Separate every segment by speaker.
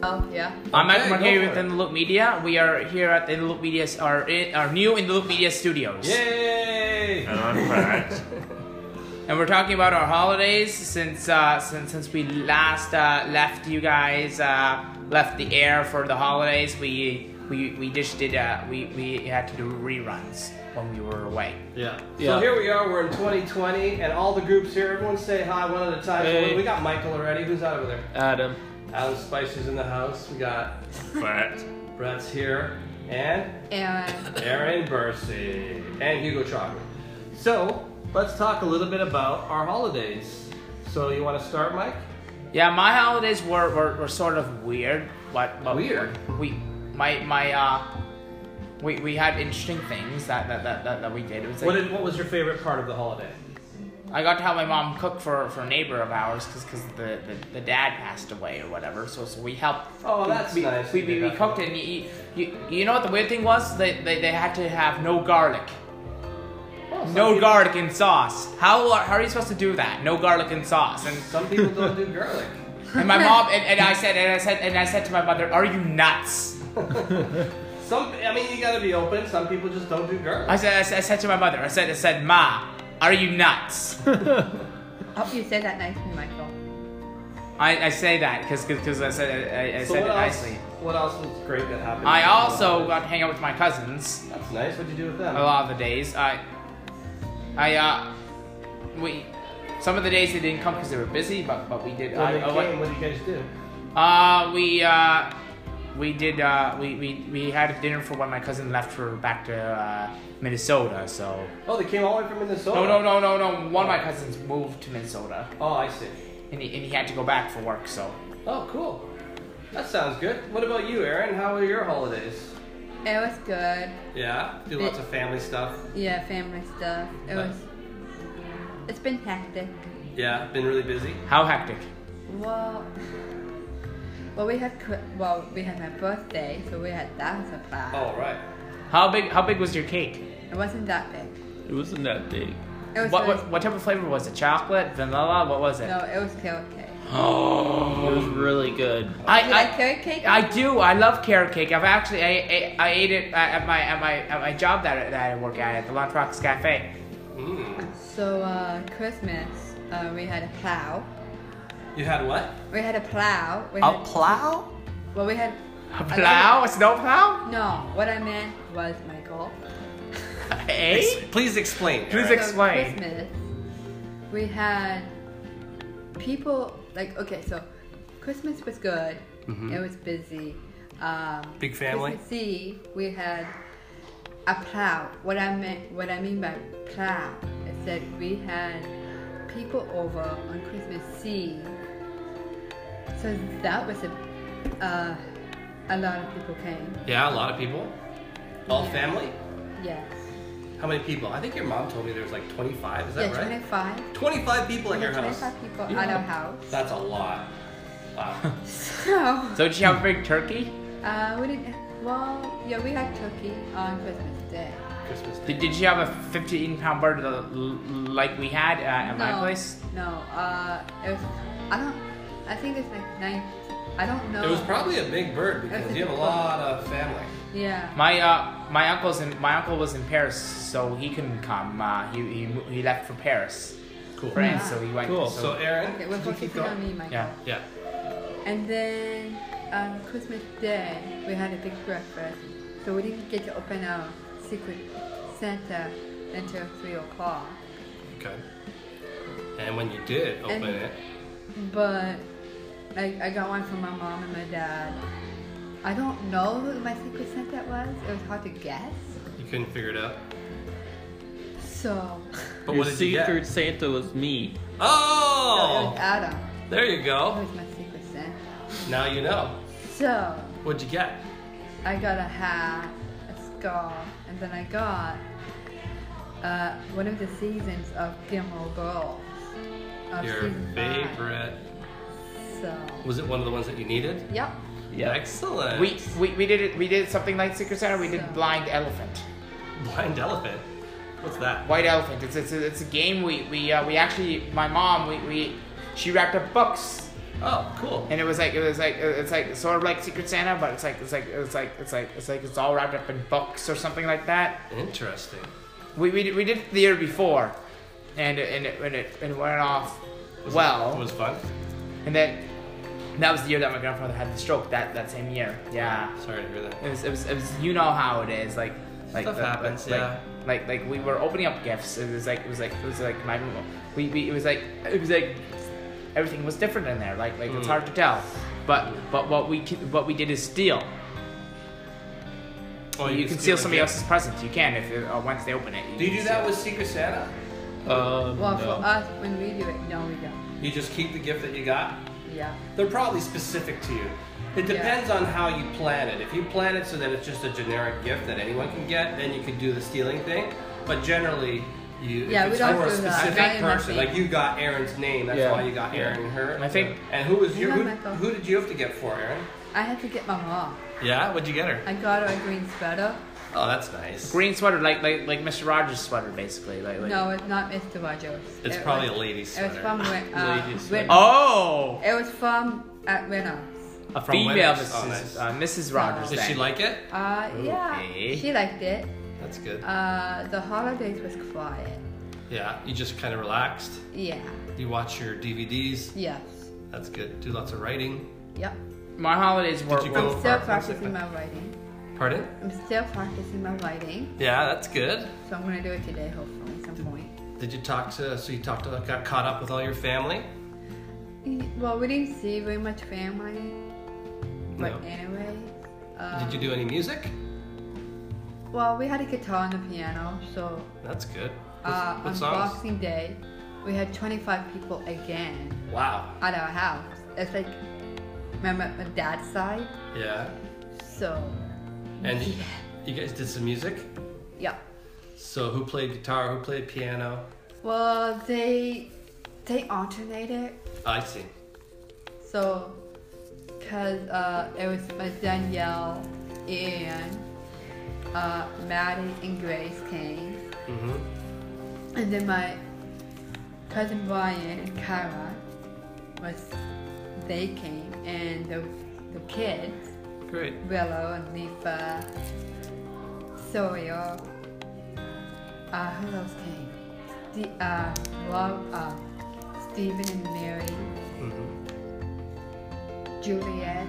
Speaker 1: Oh, yeah.
Speaker 2: I'm Matt
Speaker 3: Hey, go
Speaker 2: Marquet with
Speaker 3: for it.
Speaker 2: In the Loop Media. We are here at In the Loop Media's our, our new In the Loop Media studios.
Speaker 3: Yay!
Speaker 4: And I'm Pat.
Speaker 2: And we're talking about our holidays since uh, since since we last uh, left you guys uh, left the air for the holidays. We we, we just did uh, we we had to do reruns when we were away.
Speaker 3: Yeah.
Speaker 5: Yeah.
Speaker 3: So here we are. We're in 2020, and all the groups here. Everyone say hi one at a time. So
Speaker 5: Hey.
Speaker 3: we got Michael already. Who's out over there?
Speaker 5: Adam.
Speaker 3: Adam Spicer's in the house. We got
Speaker 4: Fat.
Speaker 3: Brett's here, and
Speaker 1: And
Speaker 3: Aaron Bursey, and Hugo Chalker. So let's talk a little bit about our holidays. So you want to start, Mike?
Speaker 2: Yeah, my holidays were, were, were sort of weird, but, but
Speaker 3: Weird?
Speaker 2: We my my uh we, we had interesting things that that, that, that, that we did. It was
Speaker 3: What
Speaker 2: like-
Speaker 3: did, What was your favorite part of the holiday?
Speaker 2: I got to have my mom cook for, for a neighbor of ours because the, the, the dad passed away or whatever. So, so we helped.
Speaker 3: Oh,
Speaker 2: we-
Speaker 3: that's
Speaker 2: we,
Speaker 3: nice
Speaker 2: We,
Speaker 3: you
Speaker 2: we,
Speaker 3: did
Speaker 2: we
Speaker 3: that.
Speaker 2: cooked it and you, you, you know what the weird thing was? They, they, they had to have no garlic.
Speaker 3: Oh,
Speaker 2: No
Speaker 3: people-
Speaker 2: garlic and sauce. How are, how are you supposed to do that? No garlic and sauce. And,
Speaker 3: Some people don't do garlic.
Speaker 2: and my mom and, and I said and I said and I said to my mother, "Are you nuts?"
Speaker 3: Some. I mean, you got to be open. Some people just don't do garlic.
Speaker 2: I said I said, I said to my mother, I said I said, "Ma, are you nuts?"
Speaker 1: I hope you said that nicely, Michael.
Speaker 2: I, I say that because because I said I, I
Speaker 3: so
Speaker 2: said
Speaker 3: what
Speaker 2: it
Speaker 3: else?
Speaker 2: nicely.
Speaker 3: What else was great that happened?
Speaker 2: I also got to hang out with my cousins.
Speaker 3: That's nice. What'd you do with them?
Speaker 2: a lot of the days. I, I, uh, we, some of the days they didn't come because they were busy, but but we did.
Speaker 3: When
Speaker 2: I,
Speaker 3: they
Speaker 2: I
Speaker 3: came,
Speaker 2: went-
Speaker 3: what did you guys do?
Speaker 2: uh, we uh, we did. Uh, we, we we had dinner for when my cousin left for back to uh, Minnesota. So
Speaker 3: Oh, they came all the way from Minnesota.
Speaker 2: no no no no no. One of my cousins moved to Minnesota,
Speaker 3: Oh, I see.
Speaker 2: and he, and he had to go back for work. So
Speaker 3: Oh, cool. That sounds good. What about you, Aaron? How were your holidays?
Speaker 1: It was good.
Speaker 3: Yeah, do lots of family stuff.
Speaker 1: Yeah, family stuff. It was. It's been hectic.
Speaker 3: Yeah, been really busy.
Speaker 2: how hectic?
Speaker 1: Well. Well, we had cri- well, we had my birthday, so we had that as a plan.
Speaker 2: Oh.
Speaker 3: All right.
Speaker 2: How big? How big was your cake?
Speaker 1: It wasn't that big.
Speaker 5: It wasn't that big.
Speaker 1: It was.
Speaker 2: What,
Speaker 1: really-
Speaker 2: what what type of flavor was it? Chocolate, vanilla? What was it?
Speaker 1: no, it was carrot cake.
Speaker 5: It was
Speaker 2: Oh,
Speaker 5: really good.
Speaker 2: I,
Speaker 1: you
Speaker 2: I
Speaker 1: like carrot cake?
Speaker 2: I do. I love carrot cake. I've actually I, I, I ate it at at my at my at my job that, that I work at at the Lunch Rocks Cafe.
Speaker 3: Mm.
Speaker 1: So uh, Christmas, uh, we had a plow.
Speaker 3: You had what?
Speaker 1: We had a plow. We
Speaker 2: Oh.
Speaker 1: had,
Speaker 2: plow?
Speaker 1: well, we had
Speaker 2: A plow? A snow plow?
Speaker 1: no. What I meant was Michael.
Speaker 2: Eh?
Speaker 3: Please explain.
Speaker 2: Please
Speaker 3: Aaron.
Speaker 2: ex- explain.
Speaker 1: So Christmas, we had people like okay, so Christmas was good. It was busy. Um,
Speaker 3: Mm-hmm. Big family?
Speaker 1: Christmas Eve, we had a plow. What I meant, what I mean by plow, is that we had people over on Christmas Eve. So that was a uh, a lot of people came.
Speaker 3: yeah, a lot of people. All
Speaker 1: Yeah.
Speaker 3: family?
Speaker 1: Yes.
Speaker 3: How many people? I think your mom told me there was like 25. Is that
Speaker 1: yeah,
Speaker 3: right?
Speaker 1: 25.
Speaker 3: 25 people at
Speaker 1: Yeah,
Speaker 3: your house.
Speaker 1: 25 people at our house.
Speaker 3: That's a lot. Wow.
Speaker 1: So.
Speaker 2: So did you have a big turkey?
Speaker 1: Uh, we didn't. Well, yeah, we had turkey on Christmas Day.
Speaker 3: Christmas Day.
Speaker 2: Did, did you have a 15 pound bird l- l- like we had uh, at my
Speaker 1: no,
Speaker 2: place?
Speaker 1: No. Uh, it was. I don't. I think it's like nine. I don't know.
Speaker 3: It was probably a big bird because you have a lot of family.
Speaker 1: Yeah.
Speaker 2: My uh my uncle's in, my uncle was in Paris, so he couldn't come. Uh, he, he mo- he left for Paris,
Speaker 3: Cool.
Speaker 2: France. So he went.
Speaker 5: Cool.
Speaker 3: So Aaron,
Speaker 1: okay, we're
Speaker 3: did you keep
Speaker 1: focusing on
Speaker 3: going?
Speaker 1: me, Michael.
Speaker 2: yeah.
Speaker 3: Yeah.
Speaker 1: And then on Christmas Day, we had a big breakfast, so we didn't get to open our secret Santa until three o'clock.
Speaker 3: Okay. And when you did open
Speaker 1: And-
Speaker 3: it,
Speaker 1: But like I got one from my mom and my dad. I don't know who my secret Santa was. It was hard to guess.
Speaker 3: you couldn't figure it out.
Speaker 1: So
Speaker 3: But
Speaker 5: Your
Speaker 3: what did you
Speaker 5: secret
Speaker 3: get?
Speaker 5: Santa was
Speaker 1: no,
Speaker 5: me.
Speaker 1: it was
Speaker 3: Oh,
Speaker 1: Adam.
Speaker 3: there you
Speaker 1: It
Speaker 3: go.
Speaker 1: was my secret Santa.
Speaker 3: Now you know.
Speaker 1: So
Speaker 3: What'd you get?
Speaker 1: I got a hat, a scarf, and then I got uh, one of the seasons of Gilmore Girls. Of
Speaker 3: Your
Speaker 1: season five.
Speaker 3: favorite.
Speaker 1: So
Speaker 3: Was it one of the ones that you needed?
Speaker 1: yep.
Speaker 5: Yeah.
Speaker 3: Excellent.
Speaker 2: We, we, we did it. We did something like Secret Santa. We did
Speaker 1: So-
Speaker 2: Blind Elephant,
Speaker 3: blind elephant. What's that?
Speaker 2: White Elephant. It's it's a, it's a game we we uh, we actually my mom we, we she wrapped up books
Speaker 3: Oh, cool.
Speaker 2: and it was like it was like it's like sort of like Secret Santa, but it's like it's like it's like it's like it's like it's all wrapped up in books or something like that.
Speaker 3: Interesting.
Speaker 2: We we, did- we did it the year before, and it- and it and it, and it went off
Speaker 3: Was
Speaker 2: well,
Speaker 3: it was fun.
Speaker 2: and then that was the year that my grandfather had the stroke. That that same year, yeah.
Speaker 3: Sorry to hear that.
Speaker 2: It was, it was, it was you know how it is, like, like
Speaker 3: Stuff
Speaker 2: the- like-
Speaker 3: happens,
Speaker 2: like,
Speaker 3: yeah.
Speaker 2: Like, like, we were opening up gifts. It was like, it was like, it was like my, we, we it was like, it was like, everything was different in there. Like, like it's
Speaker 3: Mm.
Speaker 2: hard to tell, but, but what we, can- what we did is steal.
Speaker 3: Oh,
Speaker 2: you, can steal somebody else's present. You can if uh, once they open it.
Speaker 3: Do you
Speaker 2: can
Speaker 3: do that
Speaker 2: steal.
Speaker 3: with Secret Santa?
Speaker 5: Um,
Speaker 1: Well,
Speaker 5: no.
Speaker 1: for us, when we do it, no, we don't.
Speaker 3: You just keep the gift that you got?
Speaker 1: Yeah.
Speaker 3: They're probably specific to you. It
Speaker 1: Yeah.
Speaker 3: depends on how you plan it. If you plan it so that it's just a generic gift that anyone can get, then you can do the stealing thing. But generally, you
Speaker 1: Yeah,
Speaker 3: if
Speaker 1: we
Speaker 3: it's
Speaker 1: don't
Speaker 3: for a
Speaker 1: do that.
Speaker 3: specific
Speaker 1: Not in my
Speaker 3: person, like you got Aaron's name. That's
Speaker 5: Yeah.
Speaker 3: why you got Aaron and her.
Speaker 2: I think-
Speaker 3: And who was your
Speaker 1: Yeah,
Speaker 3: who,
Speaker 1: Michael.
Speaker 3: who did you have to get for Aaron?
Speaker 1: I had to get my mom.
Speaker 3: Yeah, what'd you get her?
Speaker 1: I got her a green sweater.
Speaker 3: Oh, that's nice.
Speaker 2: green sweater, like, like, like Mr. Rogers' sweater, basically. Like, like
Speaker 1: No, it's not Mr. Rogers.
Speaker 3: It's
Speaker 1: It
Speaker 3: probably
Speaker 1: was-
Speaker 3: a lady's
Speaker 1: It was
Speaker 3: sweater.
Speaker 1: from Win- uh,
Speaker 5: Lady's sweater.
Speaker 1: Win-
Speaker 2: Oh,
Speaker 1: It was from at Reynolds.
Speaker 3: A
Speaker 2: female
Speaker 3: Winners.
Speaker 2: Mrs.
Speaker 3: Oh, nice.
Speaker 2: uh, Mrs. Rogers.
Speaker 3: Did she
Speaker 2: then.
Speaker 3: like it?
Speaker 1: Uh, yeah,
Speaker 2: Okay.
Speaker 1: she liked it.
Speaker 3: That's good.
Speaker 1: Uh, the holidays was quiet.
Speaker 3: Yeah, you just kind of relaxed.
Speaker 1: Yeah.
Speaker 3: You watch your DVDs.
Speaker 1: Yes.
Speaker 3: That's good. Do lots of writing.
Speaker 1: Yep.
Speaker 2: My holidays were.
Speaker 3: you
Speaker 2: were-
Speaker 3: go
Speaker 1: I'm still
Speaker 3: for it.
Speaker 1: practicing my writing.
Speaker 3: Pardon?
Speaker 1: I'm still practicing my writing,
Speaker 3: Yeah, that's good.
Speaker 1: so I'm gonna do it today, hopefully, at some point.
Speaker 3: Did you talk to? So you talked to, got caught up with all your family?
Speaker 1: Well, we didn't see very much family, but
Speaker 3: No.
Speaker 1: anyway. Uh,
Speaker 3: Did you do any music?
Speaker 1: well, we had a guitar and a piano, so
Speaker 3: That's good. What,
Speaker 1: uh,
Speaker 3: what
Speaker 1: on
Speaker 3: songs?
Speaker 1: Boxing Day, we had 25 people again
Speaker 3: Wow.
Speaker 1: at our house. It's like, remember my dad's side?
Speaker 3: Yeah.
Speaker 1: So,
Speaker 3: And you guys did some music.
Speaker 1: yeah.
Speaker 3: So who played guitar? Who played piano?
Speaker 1: Well, they they alternated.
Speaker 3: I see.
Speaker 1: So, cause uh, it was my Danielle and uh, Maddie and Grace came,
Speaker 3: Mm-hmm.
Speaker 1: and then my cousin Brian and Kyra was they came, and the the kids
Speaker 3: Great.
Speaker 1: Willow and Lifa, Sawyer. Uh, who else came? The uh, Rob, uh, Stephen and Mary.
Speaker 3: Mm-hmm.
Speaker 1: Juliet,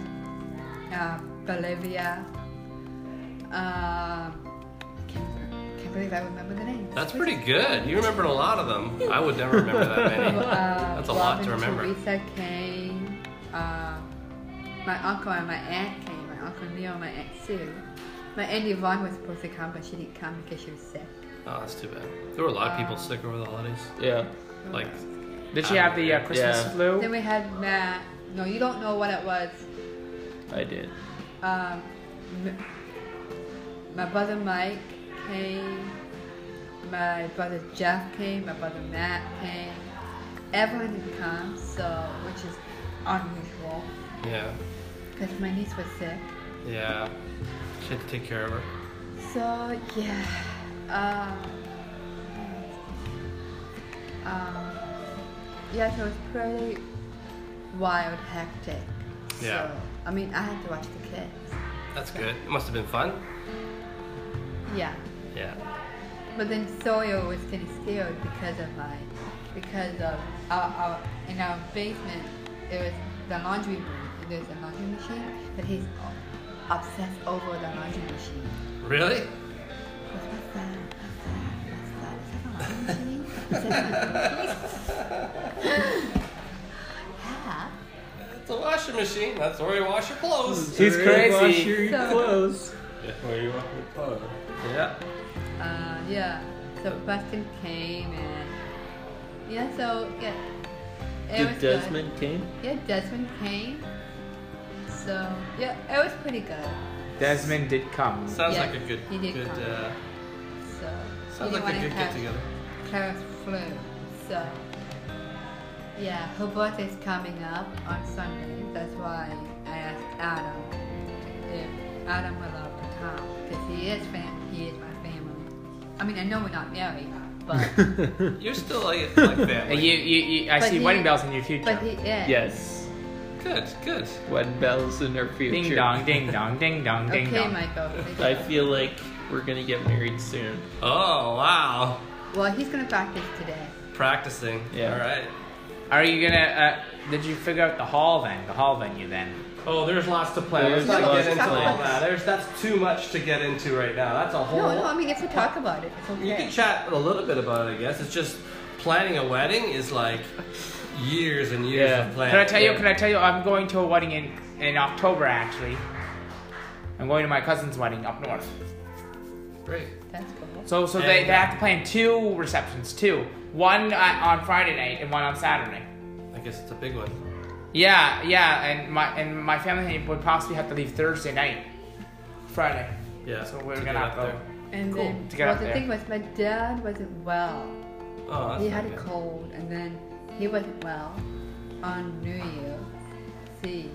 Speaker 1: uh, Bolivia. Um, I can't, can't believe I remember the names.
Speaker 3: That's pretty good. You remembered a lot of them. I would never remember that
Speaker 1: Uh,
Speaker 3: many. Oh, That's a lot to
Speaker 1: Robin
Speaker 3: remember.
Speaker 1: Teresa came. Uh, my uncle and my aunt came. My uncle Neil and my aunt Sue. My aunt Yvonne was supposed to come, but she didn't come because she was sick.
Speaker 3: Oh, that's too bad. There were a lot of people sick over the holidays.
Speaker 5: Yeah.
Speaker 3: Like,
Speaker 2: Did she have the uh, Christmas
Speaker 5: Yeah.
Speaker 2: flu?
Speaker 1: Then we had Matt. No, you don't know what it was.
Speaker 5: I did.
Speaker 1: Um, m- my brother Mike came, my brother Jeff came, my brother Matt came. Everyone didn't come, so which is unusual
Speaker 3: yeah,
Speaker 1: because my niece was sick.
Speaker 3: yeah. She had to take care of her.
Speaker 1: So yeah, uh, um, yeah, so it was pretty wild, hectic.
Speaker 3: Yeah.
Speaker 1: So, I mean, I had to watch the kids.
Speaker 3: That's good. It must have been fun.
Speaker 1: Yeah.
Speaker 3: Yeah.
Speaker 1: But then Sawyer was getting scared because of my, because of our, our in our basement there was the laundry room. and There's a laundry machine, but he's obsessed over the laundry machine.
Speaker 3: Really?
Speaker 1: He goes, What's that? What's that? What's that? Is that a laundry machine? Is that a- yeah.
Speaker 3: It's a washing machine. That's where you wash your clothes.
Speaker 5: He's
Speaker 2: crazy.
Speaker 5: Wash your
Speaker 1: So-
Speaker 5: clothes. Where you wash your clothes.
Speaker 3: Yeah.
Speaker 1: Uh, yeah. So Preston came and yeah. So yeah. It was
Speaker 5: Did
Speaker 1: good.
Speaker 5: Desmond came?
Speaker 1: Yeah, Desmond came. So yeah, it was pretty good.
Speaker 2: Desmond did come.
Speaker 3: Sounds
Speaker 1: Yeah,
Speaker 3: like a good,
Speaker 1: he did
Speaker 3: good.
Speaker 1: come.
Speaker 3: Uh,
Speaker 1: So
Speaker 3: sounds like a good get together.
Speaker 1: Clara's flu. So yeah, her birthday's coming up on Sunday. That's why I asked Adam if Adam would love to come because he is fam- he is my family. I mean, I know we're not married, but
Speaker 3: You're still like, like
Speaker 2: Uh,
Speaker 3: family.
Speaker 2: you, you, you, I
Speaker 1: But
Speaker 2: see
Speaker 1: he-
Speaker 2: wedding bells in your future.
Speaker 1: but he is.
Speaker 5: Yes.
Speaker 3: Good, good.
Speaker 5: When bells in her future.
Speaker 2: Ding dong, ding dong, ding dong, ding
Speaker 1: Okay,
Speaker 2: dong.
Speaker 1: Michael. thank
Speaker 5: I
Speaker 1: you.
Speaker 5: feel like we're gonna get married soon.
Speaker 3: Oh wow,
Speaker 1: Well, he's gonna practice today.
Speaker 3: practicing.
Speaker 5: Yeah.
Speaker 3: All right.
Speaker 2: Are you gonna? Uh, did you figure out the hall then? The hall venue then?
Speaker 3: Oh, there's lots to plan.
Speaker 5: There's
Speaker 3: Let's not
Speaker 5: lots
Speaker 3: get into
Speaker 1: to plan.
Speaker 3: all that. There's that's too much to get into right now. That's a whole.
Speaker 1: No, no, I mean, if we talk about it, it's okay.
Speaker 3: You can chat a little bit about it, I guess. It's just planning a wedding is like years and years
Speaker 5: Yeah.
Speaker 3: of planning.
Speaker 2: Can I tell you? Can I tell you? I'm going to a wedding in in October actually. I'm going to my cousin's wedding up north.
Speaker 3: Great.
Speaker 1: That's cool.
Speaker 2: So so they,
Speaker 3: And-
Speaker 2: they have to plan two receptions, two. One uh, on Friday night and one on Saturday.
Speaker 3: I guess it's a big one.
Speaker 2: Yeah, yeah, and my and my family would possibly have to leave Thursday night, Friday.
Speaker 3: Yeah.
Speaker 2: So we're
Speaker 3: to
Speaker 2: gonna
Speaker 3: get
Speaker 2: have
Speaker 3: up
Speaker 2: to.
Speaker 3: there.
Speaker 1: And
Speaker 2: Cool,
Speaker 1: then,
Speaker 2: to get
Speaker 1: well,
Speaker 2: up
Speaker 1: the
Speaker 2: there.
Speaker 1: thing was, my dad wasn't well.
Speaker 3: Oh, that's
Speaker 1: he
Speaker 3: not
Speaker 1: had a
Speaker 3: good.
Speaker 1: cold, and then he wasn't well on New Year's Eve.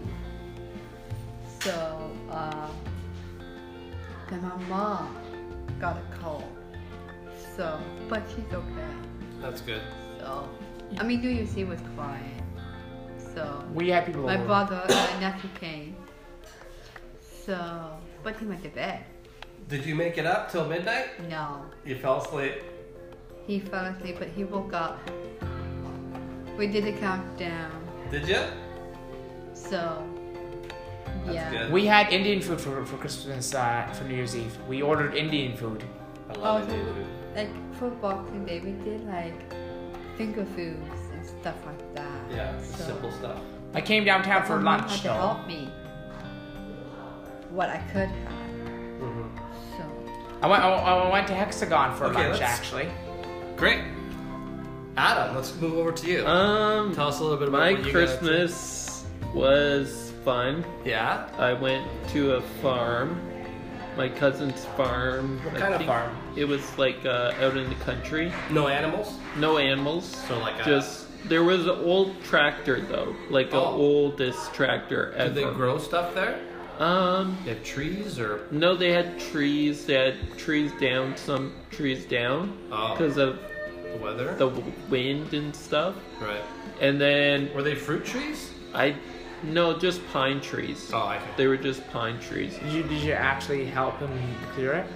Speaker 1: So, uh, then my mom got a cold. So, but she's okay.
Speaker 3: That's good.
Speaker 1: So, I mean, New Year's Eve was quiet. So,
Speaker 2: We had people
Speaker 1: my
Speaker 2: over.
Speaker 1: brother and my nephew came. So, but he went to bed.
Speaker 3: Did you make it up till midnight?
Speaker 1: No.
Speaker 3: You fell asleep.
Speaker 1: He fell asleep, but he woke up. We did the countdown,
Speaker 3: Did you?
Speaker 1: so
Speaker 3: That's
Speaker 1: yeah.
Speaker 3: good.
Speaker 2: We had Indian food for, for Christmas uh, for New Year's Eve. We ordered Indian food.
Speaker 3: I
Speaker 1: Oh,
Speaker 3: love
Speaker 1: so
Speaker 3: Indian
Speaker 1: we-
Speaker 3: food.
Speaker 1: like for Boxing Day, we did like finger foods and stuff like that.
Speaker 3: Yeah, it's just
Speaker 1: So-
Speaker 3: simple stuff.
Speaker 2: I came downtown for
Speaker 1: My mom
Speaker 2: lunch
Speaker 1: had to
Speaker 2: though.
Speaker 1: help me. What I could have.
Speaker 3: Mhm.
Speaker 1: So
Speaker 2: I went I, I went to Hexagon for
Speaker 3: Okay,
Speaker 2: lunch
Speaker 3: let's-
Speaker 2: actually.
Speaker 3: Great. Adam, let's move over to you.
Speaker 5: Um,
Speaker 3: Tell us a little bit about
Speaker 5: my
Speaker 3: what you got up to.
Speaker 5: Christmas was fun.
Speaker 3: Yeah.
Speaker 5: I went to a farm, my cousin's farm.
Speaker 3: What
Speaker 5: I
Speaker 3: kind of
Speaker 5: think
Speaker 3: farm?
Speaker 5: It was like uh, out in the country.
Speaker 3: No animals.
Speaker 5: No animals.
Speaker 3: So like a-
Speaker 5: just there was an old tractor though, like the
Speaker 3: Oh.
Speaker 5: oldest tractor ever.
Speaker 3: Did they grow stuff there?
Speaker 5: Um,
Speaker 3: They have trees or
Speaker 5: no, they had trees. They had trees down, some trees down
Speaker 3: Oh.
Speaker 5: because of
Speaker 3: the weather?
Speaker 5: the w- wind and stuff.
Speaker 3: Right.
Speaker 5: And then
Speaker 3: Were they fruit trees?
Speaker 5: I, no, just pine trees.
Speaker 3: Oh, I can.
Speaker 5: They were just pine trees.
Speaker 2: Did you did you actually help him clear it?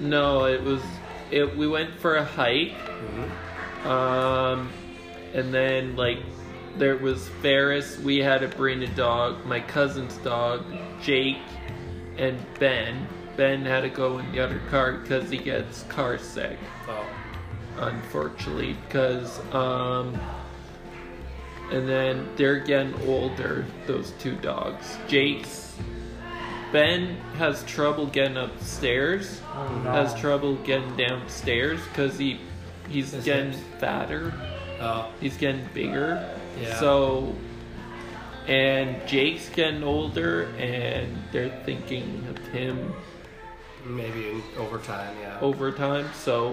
Speaker 5: No, it was it. We went for a hike, um, and then like there was Ferris. We had to bring a dog, my cousin's dog, Jake, and Ben. Ben had to go in the other car because he gets car sick,
Speaker 3: Oh.
Speaker 5: unfortunately. Because um, and then they're getting older. Those two dogs, Jake's. Ben has trouble getting upstairs
Speaker 2: Oh no.
Speaker 5: has trouble getting downstairs because he he's
Speaker 3: His
Speaker 5: getting
Speaker 3: hips.
Speaker 5: fatter.
Speaker 3: Oh.
Speaker 5: He's getting bigger.
Speaker 3: Yeah.
Speaker 5: So and Jake's getting older and they're thinking of him
Speaker 3: Maybe over time, yeah.
Speaker 5: over time. So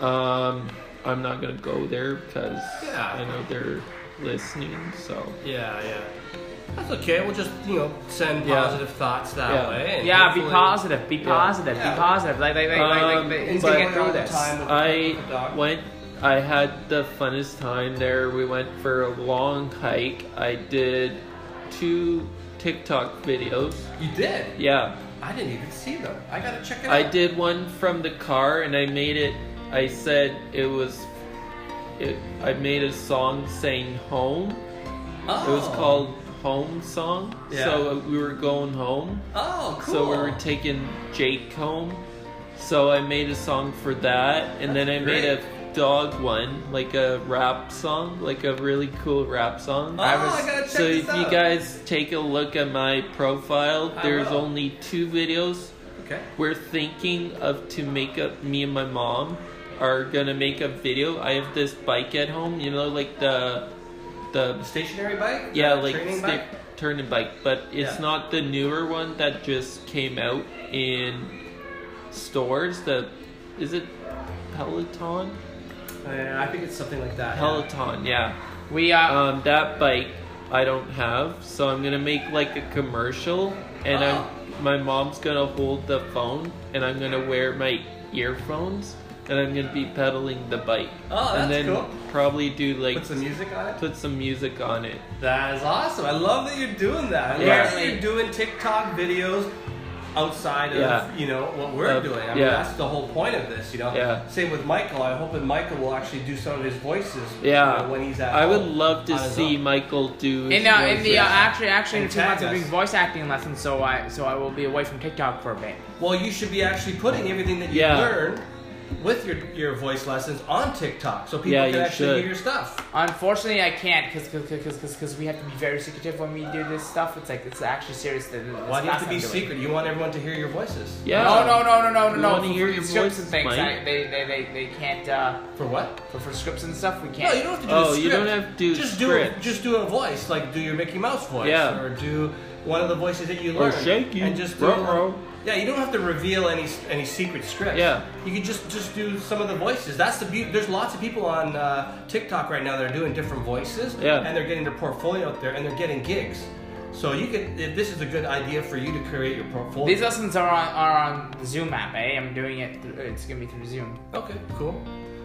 Speaker 5: um I'm not gonna go there because
Speaker 3: Yeah.
Speaker 5: I know they're listening, so
Speaker 3: Yeah, yeah. That's okay. We'll just you know send
Speaker 5: Yeah.
Speaker 3: positive thoughts that
Speaker 5: Yeah.
Speaker 3: way. and
Speaker 2: Yeah, be
Speaker 3: hopefully-
Speaker 2: positive, be positive,
Speaker 3: Yeah.
Speaker 2: be positive. Like, like, like, like, like,
Speaker 5: Um,
Speaker 2: they-
Speaker 5: It's
Speaker 2: they
Speaker 5: but-
Speaker 2: get through this.
Speaker 5: I went. I had the funnest time there. We went for a long hike. I did two TikTok videos.
Speaker 3: You did.
Speaker 5: Yeah,
Speaker 3: I didn't even see them. I gotta check it out.
Speaker 5: I did one from the car, and I made it. I said it was. It, I made a song saying home.
Speaker 3: Oh.
Speaker 5: It was called Home Song.
Speaker 3: Yeah.
Speaker 5: So uh, we were going home.
Speaker 3: Oh, cool.
Speaker 5: So we were taking Jake home. So I made a song for that, and then I
Speaker 3: That's
Speaker 5: made
Speaker 3: great.
Speaker 5: a dog one, like a rap song, like a really cool rap song.
Speaker 3: Oh, I gotta check
Speaker 5: so
Speaker 3: this
Speaker 5: if
Speaker 3: out.
Speaker 5: you guys take a look at my profile,
Speaker 3: I
Speaker 5: there's
Speaker 3: will.
Speaker 5: only two videos.
Speaker 3: okay.
Speaker 5: We're thinking of to make a me and my mom are gonna make a video. I have this bike at home, you know, like the the
Speaker 3: Stationary bike.
Speaker 5: yeah,
Speaker 3: Uh,
Speaker 5: like
Speaker 3: training
Speaker 5: stick
Speaker 3: bike.
Speaker 5: turning bike, but it's
Speaker 3: Yeah.
Speaker 5: not the newer one that just came out in stores. The is it Peloton?
Speaker 3: Yeah, I think it's something like that. yeah.
Speaker 5: Peloton, yeah.
Speaker 2: we uh,
Speaker 5: Um, that bike I don't have, so I'm gonna make like a commercial, and
Speaker 3: Oh.
Speaker 5: I'm my mom's gonna hold the phone, and I'm gonna wear my earphones, and I'm gonna be pedaling the bike.
Speaker 3: Oh, that's
Speaker 5: and then
Speaker 3: cool.
Speaker 5: probably do like
Speaker 3: Put some music on it.
Speaker 5: put some music on it.
Speaker 3: That is awesome. I love that you're doing that. I love
Speaker 5: Yeah.
Speaker 3: that you're doing TikTok videos outside of
Speaker 5: Yeah.
Speaker 3: you know what we're
Speaker 5: Of-
Speaker 3: doing. I mean,
Speaker 5: yeah.
Speaker 3: that's the whole point of this. You know.
Speaker 5: Yeah.
Speaker 3: Same with Michael. I'm hoping Michael will actually do some of his voices. you
Speaker 5: Yeah,
Speaker 3: know, when he's at.
Speaker 5: I would
Speaker 3: home
Speaker 5: love to
Speaker 3: on his
Speaker 5: see
Speaker 3: own.
Speaker 5: Michael do.
Speaker 2: In
Speaker 5: his
Speaker 2: the in the uh,
Speaker 5: voices.
Speaker 2: actually actually in a
Speaker 3: And
Speaker 2: few months
Speaker 3: tag
Speaker 2: I'm doing
Speaker 3: us.
Speaker 2: voice acting lessons, so I so I will be away from TikTok for a bit.
Speaker 3: Well, you should be actually putting everything that you
Speaker 5: Yeah.
Speaker 3: learn with your your voice lessons on TikTok, so people
Speaker 5: Yeah,
Speaker 3: can
Speaker 5: you
Speaker 3: actually
Speaker 5: should.
Speaker 3: hear your stuff.
Speaker 2: Unfortunately, I can't because we have to be very secretive when we do this stuff. It's like it's actually serious. that- that's
Speaker 3: Why do you have
Speaker 2: class
Speaker 3: to be
Speaker 2: I'm doing.
Speaker 3: secret? You want everyone to hear your voices.
Speaker 5: yeah.
Speaker 2: No, no, no, no, no,
Speaker 5: We
Speaker 2: no,
Speaker 5: wanna
Speaker 2: no.
Speaker 5: hear
Speaker 2: For
Speaker 5: your
Speaker 2: scripts
Speaker 5: voice,
Speaker 2: and things,
Speaker 5: Mike.
Speaker 2: I, they, they, they, they can't. Uh,
Speaker 3: For what?
Speaker 2: for, for scripts and stuff, we
Speaker 3: No,
Speaker 2: can't.
Speaker 3: you don't have to do
Speaker 5: Oh,
Speaker 3: a script.
Speaker 5: you don't have to do
Speaker 3: just
Speaker 5: script.
Speaker 3: do just do a voice, like do your Mickey Mouse voice,
Speaker 5: Yeah. Oh,
Speaker 3: or do one of the voices that you
Speaker 5: Or
Speaker 3: learned,
Speaker 5: shaky.
Speaker 3: and just do.
Speaker 5: Ruh-roh.
Speaker 3: Yeah, you don't have to reveal any any secret scripts.
Speaker 5: Yeah.
Speaker 3: you can just just do some of the voices. That's the beauty. There's lots of people on uh, TikTok right now that are doing different voices.
Speaker 5: Yeah.
Speaker 3: and they're getting their portfolio out there, and they're getting gigs. So you could, if this is a good idea for you to create your portfolio.
Speaker 2: These lessons are on are on the Zoom app, eh? I'm doing it. Through, it's gonna be through Zoom.
Speaker 3: okay, cool.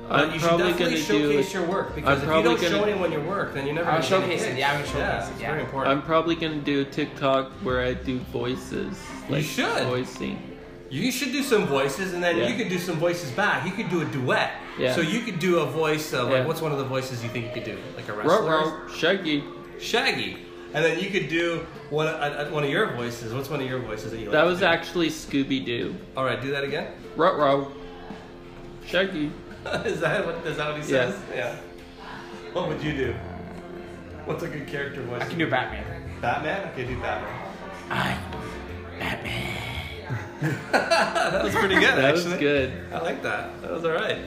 Speaker 5: I'm
Speaker 3: But you should
Speaker 5: probably
Speaker 3: definitely
Speaker 5: gonna do-
Speaker 3: showcase your work because if you
Speaker 5: probably
Speaker 3: don't
Speaker 5: gonna-
Speaker 3: show anyone your work, then you're never.
Speaker 2: I'll
Speaker 3: gonna get any
Speaker 2: showcase it.
Speaker 3: gigs.
Speaker 2: Yeah, I'm gonna showcase it,
Speaker 3: it's
Speaker 2: yeah.
Speaker 3: very important.
Speaker 5: I'm probably gonna do a TikTok where I do voices. Like
Speaker 3: should.
Speaker 5: voicing.
Speaker 3: You should do some voices, and then
Speaker 5: Yeah.
Speaker 3: you could do some voices back. You could do a duet.
Speaker 5: Yeah.
Speaker 3: So you could do a voice of like,
Speaker 5: Yeah.
Speaker 3: what's one of the voices you think you could do? Like a wrestler,
Speaker 5: Ruh-roh, Shaggy.
Speaker 3: Shaggy, and then you could do one uh, one of your voices. What's one of your voices that you like?
Speaker 5: That
Speaker 3: to
Speaker 5: was
Speaker 3: do?
Speaker 5: actually Scooby Doo.
Speaker 3: All right, do that again.
Speaker 5: Ruh-roh, Shaggy.
Speaker 3: is that what is that what he
Speaker 5: Yeah.
Speaker 3: says? Yeah. What would you do? What's a good character voice?
Speaker 2: I can do Batman.
Speaker 3: Batman. Okay, do Batman.
Speaker 2: I Batman.
Speaker 3: that was pretty good.
Speaker 5: That was
Speaker 3: actually.
Speaker 5: good.
Speaker 3: I like that. That was all right.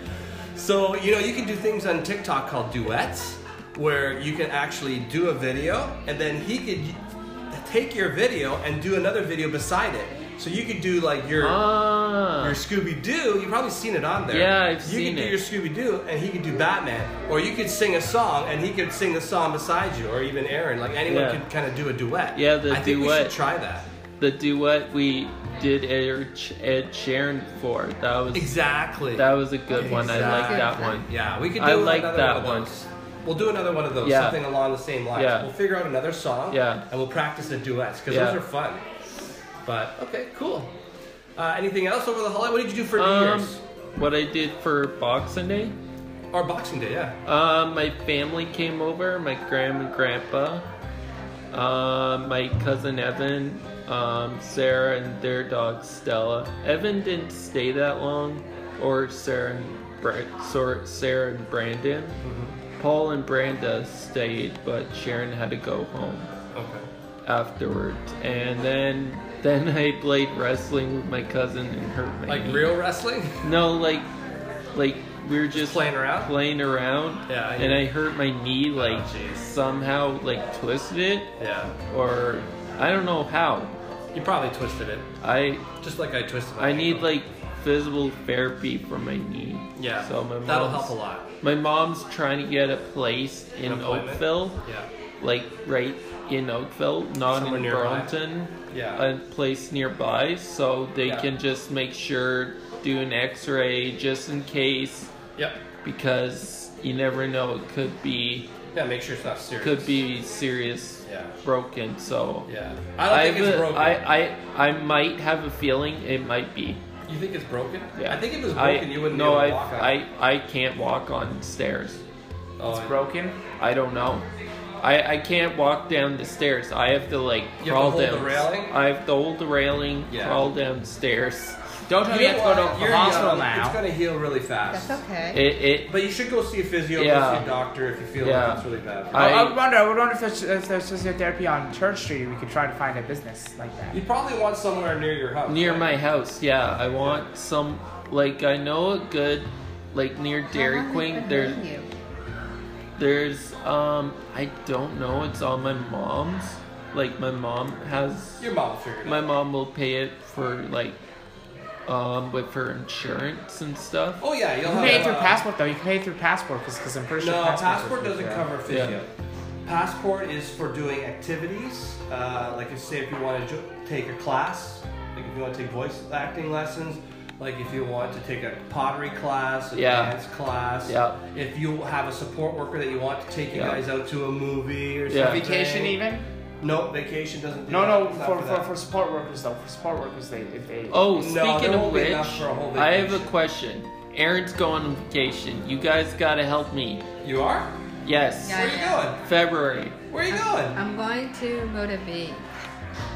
Speaker 3: So, you know, you can do things on TikTok called duets where you can actually do a video and then he could take your video and do another video beside it. So you could do like your
Speaker 5: Ah.
Speaker 3: your Scooby Doo. You've probably seen it on there.
Speaker 5: Yeah, I've
Speaker 3: you
Speaker 5: seen
Speaker 3: could
Speaker 5: it.
Speaker 3: do your Scooby Doo, and he could do Batman, or you could sing a song, and he could sing the song beside you, or even Aaron. Like anyone
Speaker 5: Yeah.
Speaker 3: could kind of do a duet.
Speaker 5: Yeah, the
Speaker 3: I think we
Speaker 5: duet.
Speaker 3: should try that.
Speaker 5: The duet we did Ed, Ed Sheeran for. That was
Speaker 3: Exactly.
Speaker 5: that was a good one. I like
Speaker 3: Exactly.
Speaker 5: that one.
Speaker 3: Yeah, we could do
Speaker 5: I like
Speaker 3: another one
Speaker 5: that
Speaker 3: of
Speaker 5: one.
Speaker 3: those. We'll do another one of those,
Speaker 5: Yeah.
Speaker 3: something along the same lines.
Speaker 5: Yeah.
Speaker 3: We'll figure out another song,
Speaker 5: Yeah.
Speaker 3: and we'll practice the duets because
Speaker 5: Yeah.
Speaker 3: those are fun. But okay, cool. Uh, anything else over the holiday? What did you do for New
Speaker 5: Um,
Speaker 3: Year's
Speaker 5: what I did for Boxing Day,
Speaker 3: or Boxing Day? Yeah.
Speaker 5: uh, my family came over, my grandma and grandpa, uh, my cousin Evan, um, Sarah, and their dog Stella. Evan didn't stay that long, or Sarah and Bra- Sor- Sarah and Brandon. Paul and Branda stayed, but Sharon had to go home.
Speaker 3: Okay.
Speaker 5: afterwards, and then then I played wrestling with my cousin and hurt my
Speaker 3: Like
Speaker 5: knee.
Speaker 3: real wrestling?
Speaker 5: No, like like we were just
Speaker 3: playing around?
Speaker 5: playing around.
Speaker 3: Yeah, I-
Speaker 5: and I hurt my knee like
Speaker 3: jeez.
Speaker 5: somehow like twisted it
Speaker 3: yeah.
Speaker 5: or I don't know how.
Speaker 3: You probably twisted it,
Speaker 5: I
Speaker 3: just like I twisted. My
Speaker 5: I need
Speaker 3: ankle.
Speaker 5: like physical therapy for my knee.
Speaker 3: yeah.
Speaker 5: So my
Speaker 3: that'll
Speaker 5: mom's-
Speaker 3: help a lot.
Speaker 5: My mom's trying to get a place in
Speaker 3: An appointment?
Speaker 5: Oakville.
Speaker 3: Yeah.
Speaker 5: like right in Oakville, not
Speaker 3: Somewhere
Speaker 5: in
Speaker 3: nearby.
Speaker 5: Burlington,
Speaker 3: Yeah.
Speaker 5: a place nearby, so they
Speaker 3: Yeah.
Speaker 5: can just make sure do an X-ray just in case,
Speaker 3: Yep.
Speaker 5: because you never know it could be
Speaker 3: Yeah. Make sure it's not serious.
Speaker 5: could be serious
Speaker 3: Yeah.
Speaker 5: broken. So
Speaker 3: Yeah. I don't
Speaker 5: I
Speaker 3: think
Speaker 5: have
Speaker 3: it's
Speaker 5: a-
Speaker 3: broken.
Speaker 5: I, I I might have a feeling it might be.
Speaker 3: You think it's broken?
Speaker 5: Yeah.
Speaker 3: I think if it was
Speaker 5: I-
Speaker 3: broken, you wouldn't
Speaker 5: no,
Speaker 3: be
Speaker 5: I,
Speaker 3: able to walk on it.
Speaker 5: I I can't walk on stairs.
Speaker 3: Oh,
Speaker 2: It's
Speaker 3: I-
Speaker 2: broken.
Speaker 5: I don't know. I, I can't walk down the stairs. I have to like
Speaker 3: You have to
Speaker 5: crawl
Speaker 3: hold the
Speaker 5: down.
Speaker 3: railing?
Speaker 5: I have to hold the railing,
Speaker 3: Yeah.
Speaker 5: crawl down stairs.
Speaker 2: Don't tell me you have to go to the
Speaker 3: You're
Speaker 2: hospital
Speaker 3: young.
Speaker 2: now.
Speaker 3: It's gonna heal really fast.
Speaker 1: That's okay.
Speaker 5: It, it
Speaker 3: But you should go see a physio, go
Speaker 5: Yeah.
Speaker 3: see a doctor if you feel
Speaker 5: Yeah.
Speaker 3: like it's really bad.
Speaker 5: I-
Speaker 2: I, I would wonder. I would wonder if there's, if there's physiotherapy on Church Street. We could try to find a business like that.
Speaker 3: you probably want somewhere near your house.
Speaker 5: near
Speaker 3: right?
Speaker 5: my house. Yeah, I want some like I know a good like near Dairy Queen. There's
Speaker 1: You?
Speaker 5: there's um I don't know. It's on my mom's. Like my mom has
Speaker 3: Your mom figured it
Speaker 5: my
Speaker 3: out.
Speaker 5: mom will pay it for like um with her insurance and stuff.
Speaker 3: Oh yeah, you'll
Speaker 2: You can
Speaker 3: have.
Speaker 2: pay it through
Speaker 3: uh,
Speaker 2: passport though. You can pay it through passport because I'm pretty sure
Speaker 3: No,
Speaker 2: passport's
Speaker 3: passport
Speaker 2: working
Speaker 3: doesn't
Speaker 2: for-
Speaker 3: cover physio. Passport is for doing activities. Uh, like if say if you want to jo- take a class, like if you want to take voice acting lessons, Like if you want to take a pottery class, a
Speaker 5: Yeah.
Speaker 3: dance class.
Speaker 5: Yeah.
Speaker 3: If you have a support worker that you want to take you
Speaker 5: Yeah.
Speaker 3: guys out to a movie or
Speaker 5: Yeah.
Speaker 3: something.
Speaker 2: Vacation even?
Speaker 3: No, vacation doesn't. Do
Speaker 2: No,
Speaker 3: that.
Speaker 2: no,
Speaker 3: It's not
Speaker 2: for, for,
Speaker 3: that.
Speaker 2: for support workers though. For support workers, they if they.
Speaker 3: No,
Speaker 5: Oh, speaking
Speaker 3: there
Speaker 5: of
Speaker 3: won't be
Speaker 5: which,
Speaker 3: enough for a whole
Speaker 5: I have a
Speaker 3: vacation.
Speaker 5: question. Aaron's going on vacation. You guys gotta help me.
Speaker 3: You are?
Speaker 1: Yeah.
Speaker 5: Yes.
Speaker 3: Where are you going?
Speaker 5: February.
Speaker 3: Where are you going?
Speaker 1: I'm going to Myrtle Beach.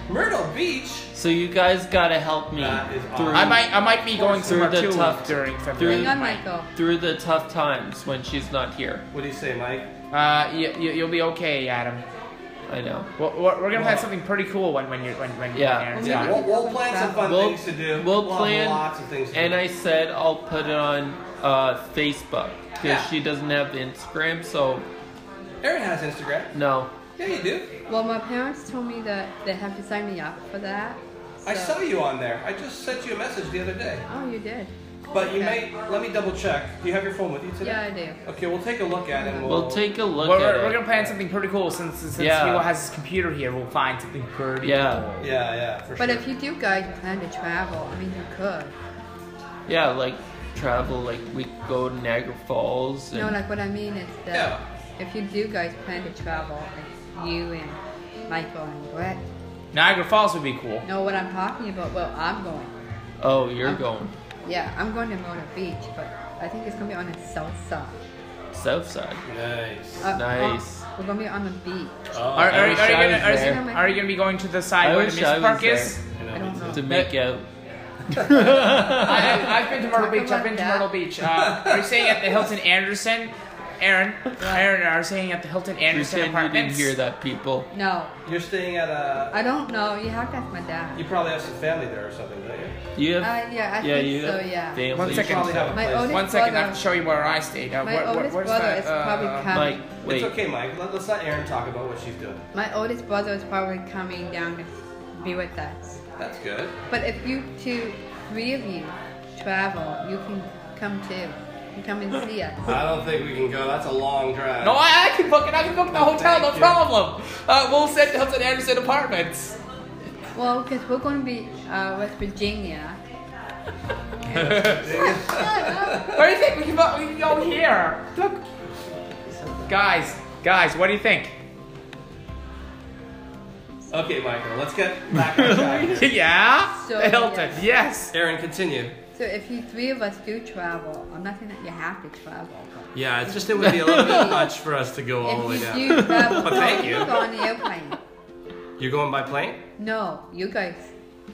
Speaker 3: Myrtle Beach.
Speaker 5: So you guys gotta help me
Speaker 3: That is
Speaker 5: through,
Speaker 3: awesome.
Speaker 2: I might I might be going
Speaker 5: Through
Speaker 2: somewhere
Speaker 5: the
Speaker 2: too
Speaker 5: tough-
Speaker 2: during
Speaker 5: through-
Speaker 2: February.
Speaker 1: Hang on,
Speaker 2: Mike.
Speaker 1: Michael.
Speaker 5: through the tough times when she's not here.
Speaker 3: What do you say, Mike?
Speaker 2: Uh, you, you, you'll be okay, Adam.
Speaker 5: I know.
Speaker 2: We're, we're we're gonna
Speaker 3: Well-
Speaker 2: plan something pretty cool when when you're when when
Speaker 5: Yeah.
Speaker 2: when Aaron's
Speaker 3: Yeah,
Speaker 2: gone.
Speaker 3: we'll, we'll plan some fun
Speaker 5: We'll-
Speaker 3: things to do.
Speaker 5: we'll
Speaker 3: have
Speaker 5: plan-
Speaker 3: lots of things. To
Speaker 5: And
Speaker 3: do.
Speaker 5: I said I'll put it on uh, Facebook because
Speaker 3: Yeah.
Speaker 5: she doesn't have Instagram. So
Speaker 3: Aaron has Instagram.
Speaker 5: no.
Speaker 3: Yeah, you do.
Speaker 1: Well, my parents told me that they have to sign me up for that.
Speaker 3: I
Speaker 1: so-
Speaker 3: saw you on there. I just sent you a message the other day.
Speaker 1: Oh, you did.
Speaker 3: But you
Speaker 1: Okay.
Speaker 3: may let me double check. Do you have your phone with you today?
Speaker 1: Yeah, I do.
Speaker 3: Okay, we'll take a look at it. And we'll,
Speaker 5: We'll take a look
Speaker 2: We're,
Speaker 5: at
Speaker 2: we're,
Speaker 5: it.
Speaker 2: we're gonna plan something pretty cool since since
Speaker 5: Yeah.
Speaker 2: Hugo has his computer here. We'll find something pretty.
Speaker 5: Yeah.
Speaker 3: Yeah, yeah, for
Speaker 1: But
Speaker 3: sure.
Speaker 1: if you do guys plan to travel, I mean, you could.
Speaker 5: Yeah, like travel. Like we go to Niagara Falls. And,
Speaker 1: No, like what I mean is that if you do guys plan to travel, like you and Michael and Brett,
Speaker 2: Niagara Falls would be cool.
Speaker 1: know what I'm talking about. Well, I'm going.
Speaker 5: oh, you're
Speaker 1: Um,
Speaker 5: going
Speaker 1: Yeah, I'm going to Mona Beach, but I think it's gonna be on Uh, the south side.
Speaker 5: south side.
Speaker 3: Nice.
Speaker 1: Uh,
Speaker 5: Nice.
Speaker 1: uh, we're gonna be on the beach.
Speaker 3: Oh,
Speaker 2: Are, are, are,
Speaker 5: I
Speaker 2: you
Speaker 5: wish I
Speaker 2: gonna,
Speaker 5: was
Speaker 2: are, you
Speaker 5: there.
Speaker 2: gonna, are you gonna be going to the side
Speaker 5: I
Speaker 2: where the
Speaker 5: wish
Speaker 2: music
Speaker 5: I was
Speaker 2: park is?
Speaker 1: I don't know.
Speaker 5: to make out.
Speaker 2: I, I've been to Myrtle
Speaker 1: Talk
Speaker 2: Beach. I've
Speaker 1: about
Speaker 2: been to
Speaker 1: that.
Speaker 2: Myrtle Beach. Uh, are you staying at the Hilton Anderson? Aaron, Aaron, are you staying at the Hilton Anderson
Speaker 5: Pretend you didn't
Speaker 2: apartments?
Speaker 5: hear that, people.
Speaker 1: No,
Speaker 3: You're staying at a.
Speaker 1: I don't know. You have to ask my dad.
Speaker 3: You probably have some family there or something, don't you?
Speaker 5: You have,
Speaker 1: Uh, yeah, I
Speaker 5: yeah,
Speaker 1: think
Speaker 5: you
Speaker 1: so.
Speaker 5: have
Speaker 1: Yeah.
Speaker 5: family.
Speaker 2: One
Speaker 3: You
Speaker 2: second.
Speaker 3: probably have a
Speaker 1: My
Speaker 3: place.
Speaker 1: only-
Speaker 2: One second, I have
Speaker 1: brother-
Speaker 2: to show you where I stayed.
Speaker 1: My
Speaker 2: Uh, where- where-
Speaker 1: oldest
Speaker 2: where's
Speaker 1: brother
Speaker 2: that,
Speaker 1: is probably
Speaker 2: uh,
Speaker 1: coming.
Speaker 5: Mike, wait.
Speaker 3: It's okay, Mike. Let, us let Aaron talk about what she's doing.
Speaker 1: My oldest brother is probably coming down to be with us.
Speaker 3: That's good.
Speaker 1: But if you two, three of you, travel, you can come too. You come and see us.
Speaker 3: I don't think we can go. That's a long drive.
Speaker 2: No, I, I can book it. I can book the hotel. No
Speaker 3: Thank you.
Speaker 2: problem. Uh, we'll send Hilton Anderson Apartments.
Speaker 1: Well, because we're going to be uh, West Virginia.
Speaker 2: What do you think? We can, bu- we can go here. Look, guys, guys, what do you think?
Speaker 3: Okay, Michael. Let's get back on track. here.
Speaker 2: yeah,
Speaker 1: So,
Speaker 2: the Hilton.
Speaker 1: yes.
Speaker 2: Yes.
Speaker 3: Aaron, continue.
Speaker 1: So if you three of us do travel, I'm not saying that you have to travel. but
Speaker 3: Yeah, it's just it would be a little bit much for us to go all the way
Speaker 1: if
Speaker 3: down.
Speaker 1: you do travel,
Speaker 3: Well, thank you.
Speaker 1: don't go on the airplane.
Speaker 3: You're going by plane?
Speaker 1: No, you guys,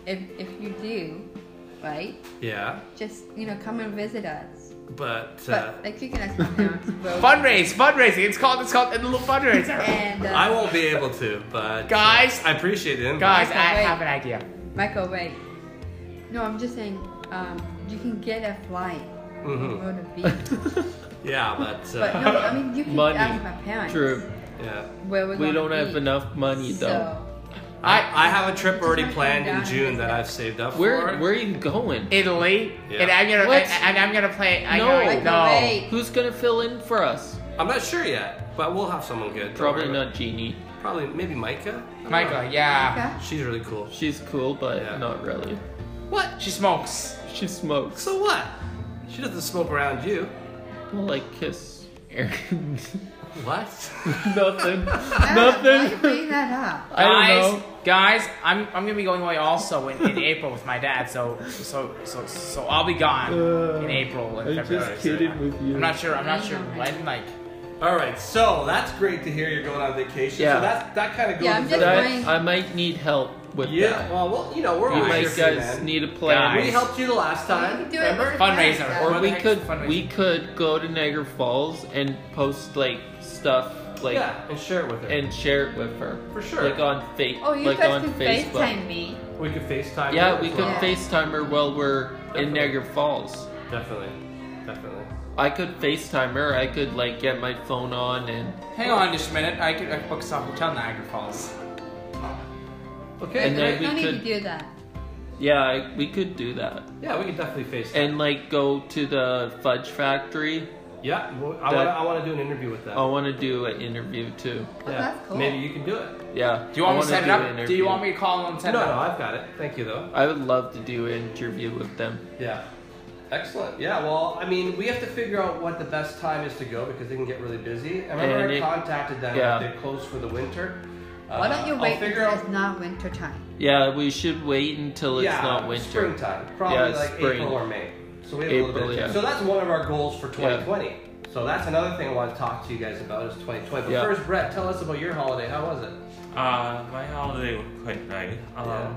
Speaker 1: if, if you do, right,
Speaker 3: Yeah,
Speaker 1: just, you know, come and visit us.
Speaker 3: but, uh,
Speaker 1: But, like, you can ask my parents. bro.
Speaker 2: Fundraise, fundraising. It's called. It's called a little fundraiser.
Speaker 1: And uh,
Speaker 3: I won't be able to. But uh,
Speaker 2: Guys.
Speaker 3: I appreciate it.
Speaker 2: guys, I
Speaker 1: Michael, wait.
Speaker 2: have an idea.
Speaker 1: Michael, wait. No, I'm just saying, um, you can get a flight.
Speaker 3: Mhm.
Speaker 1: Go to beach.
Speaker 3: Yeah, but,
Speaker 1: But
Speaker 3: uh,
Speaker 1: no, I mean, you can
Speaker 5: Money.
Speaker 1: ask my parents.
Speaker 5: True.
Speaker 3: yeah.
Speaker 1: Where we're
Speaker 5: We
Speaker 1: gonna
Speaker 5: don't have
Speaker 1: be.
Speaker 5: enough money though.
Speaker 1: So,
Speaker 3: I, I have a trip
Speaker 1: Just
Speaker 3: already
Speaker 1: wanna come
Speaker 3: planned in
Speaker 1: down
Speaker 3: June
Speaker 1: and
Speaker 3: that
Speaker 1: visit.
Speaker 3: I've saved up
Speaker 5: Where
Speaker 3: for.
Speaker 5: where are you going?
Speaker 2: Italy,
Speaker 3: Yeah.
Speaker 2: and I'm gonna
Speaker 5: What?
Speaker 2: and, and I'm gonna play. I
Speaker 5: No.
Speaker 2: know,
Speaker 5: Michael,
Speaker 2: no.
Speaker 1: wait.
Speaker 5: Who's gonna fill in for us?
Speaker 3: I'm not sure yet, but we'll have someone good. don't
Speaker 5: Probably
Speaker 3: worry
Speaker 5: not
Speaker 3: about
Speaker 5: Jeannie.
Speaker 3: it. Probably maybe Micah. I don't
Speaker 2: Michael, yeah.
Speaker 1: okay.
Speaker 3: know. She's really cool.
Speaker 5: She's cool, but
Speaker 3: Yeah.
Speaker 5: not really.
Speaker 2: What? She smokes.
Speaker 5: She smokes.
Speaker 3: So what? She doesn't smoke around you.
Speaker 5: Well, like kiss. Aaron.
Speaker 3: What?
Speaker 5: Nothing.
Speaker 1: I don't know, Why you
Speaker 5: Nothing.
Speaker 1: bring that up?
Speaker 5: I don't
Speaker 2: guys,
Speaker 5: know.
Speaker 2: guys, I'm, I'm gonna be going away also in, in April with my dad, so so so so I'll be gone in April and
Speaker 5: I'm
Speaker 2: February.
Speaker 5: Uh, just
Speaker 2: so
Speaker 5: kidding
Speaker 2: yeah.
Speaker 5: with you.
Speaker 2: I'm not sure. I'm not sure
Speaker 1: Yeah.
Speaker 2: when. Like,
Speaker 3: All right, so that's great to hear you're going on vacation.
Speaker 5: Yeah.
Speaker 3: So that that kind of goes.
Speaker 1: Yeah, I'm
Speaker 3: into
Speaker 1: just
Speaker 3: the-
Speaker 5: That-
Speaker 1: Fine.
Speaker 5: I might need help with
Speaker 3: yeah.
Speaker 5: that.
Speaker 3: Well, well, you know, we're
Speaker 5: You
Speaker 3: always
Speaker 5: might
Speaker 3: here
Speaker 5: guys
Speaker 3: for you, man.
Speaker 5: need a plan.
Speaker 3: We helped you the last time.
Speaker 1: You can do it
Speaker 3: remember?
Speaker 1: with
Speaker 2: Fundraiser.
Speaker 1: your parents,
Speaker 5: Or
Speaker 2: What
Speaker 5: we
Speaker 2: the heck
Speaker 5: could
Speaker 2: is fundraising?
Speaker 5: we could go to Niagara Falls and post like stuff like
Speaker 3: yeah, and share it with her.
Speaker 5: and share it with her.
Speaker 3: For sure.
Speaker 5: Like on fake
Speaker 1: though. Oh, you
Speaker 5: like
Speaker 1: guys
Speaker 5: on
Speaker 1: can
Speaker 5: Facebook.
Speaker 1: FaceTime me.
Speaker 3: we could FaceTime.
Speaker 5: Yeah,
Speaker 3: her
Speaker 5: we
Speaker 3: as
Speaker 5: could
Speaker 3: well.
Speaker 5: FaceTime her while we're in
Speaker 3: Definitely.
Speaker 5: Niagara Falls.
Speaker 3: Definitely, definitely.
Speaker 5: I could FaceTime her. I could like get my phone on and
Speaker 2: hang on just a minute. I could, I could book us a hotel in Niagara Falls.
Speaker 3: Okay.
Speaker 5: And
Speaker 1: We
Speaker 5: then we
Speaker 1: don't need
Speaker 5: could-
Speaker 1: to do that.
Speaker 5: yeah, I, we could do that.
Speaker 3: yeah, we could definitely FaceTime.
Speaker 5: And like go to the fudge factory.
Speaker 3: yeah, well, I
Speaker 5: That- Oh.
Speaker 3: want I want to do an interview with them.
Speaker 5: I want to do an interview too.
Speaker 1: Oh,
Speaker 3: yeah.
Speaker 1: that's cool.
Speaker 3: Maybe you can do it.
Speaker 5: Yeah.
Speaker 2: Do you want
Speaker 5: I
Speaker 2: me to
Speaker 5: wanna
Speaker 2: set it
Speaker 5: do an
Speaker 2: up? Do you
Speaker 5: interview.
Speaker 2: want me to call them and set
Speaker 3: no,
Speaker 2: it
Speaker 3: no,
Speaker 2: up?
Speaker 3: I've got it. Thank you though.
Speaker 5: I would love to do an interview with them.
Speaker 3: Yeah. Excellent. Yeah. Well, I mean, we have to figure out what the best time is to go because they can get really busy. I remember
Speaker 5: And
Speaker 3: I
Speaker 5: it-
Speaker 3: contacted them.
Speaker 5: yeah.
Speaker 3: They're closed for the winter.
Speaker 1: Why don't you
Speaker 3: Uh,
Speaker 1: wait
Speaker 3: I'll figure
Speaker 1: until
Speaker 3: out.
Speaker 1: it's not winter time?
Speaker 5: Yeah, we should wait until it's
Speaker 3: yeah,
Speaker 5: not winter.
Speaker 3: Springtime. Probably
Speaker 5: Yeah,
Speaker 3: like
Speaker 5: spring.
Speaker 3: April or May. So we have a little
Speaker 5: April,
Speaker 3: bit. Of
Speaker 5: yeah.
Speaker 3: time. So that's one of our goals for 2020. So that's another thing I want to talk to you guys about is 2020. But
Speaker 5: Yeah.
Speaker 3: first, Brett, tell us about your holiday. How was it?
Speaker 4: Uh, my holiday was quite nice. Um,
Speaker 3: Yeah.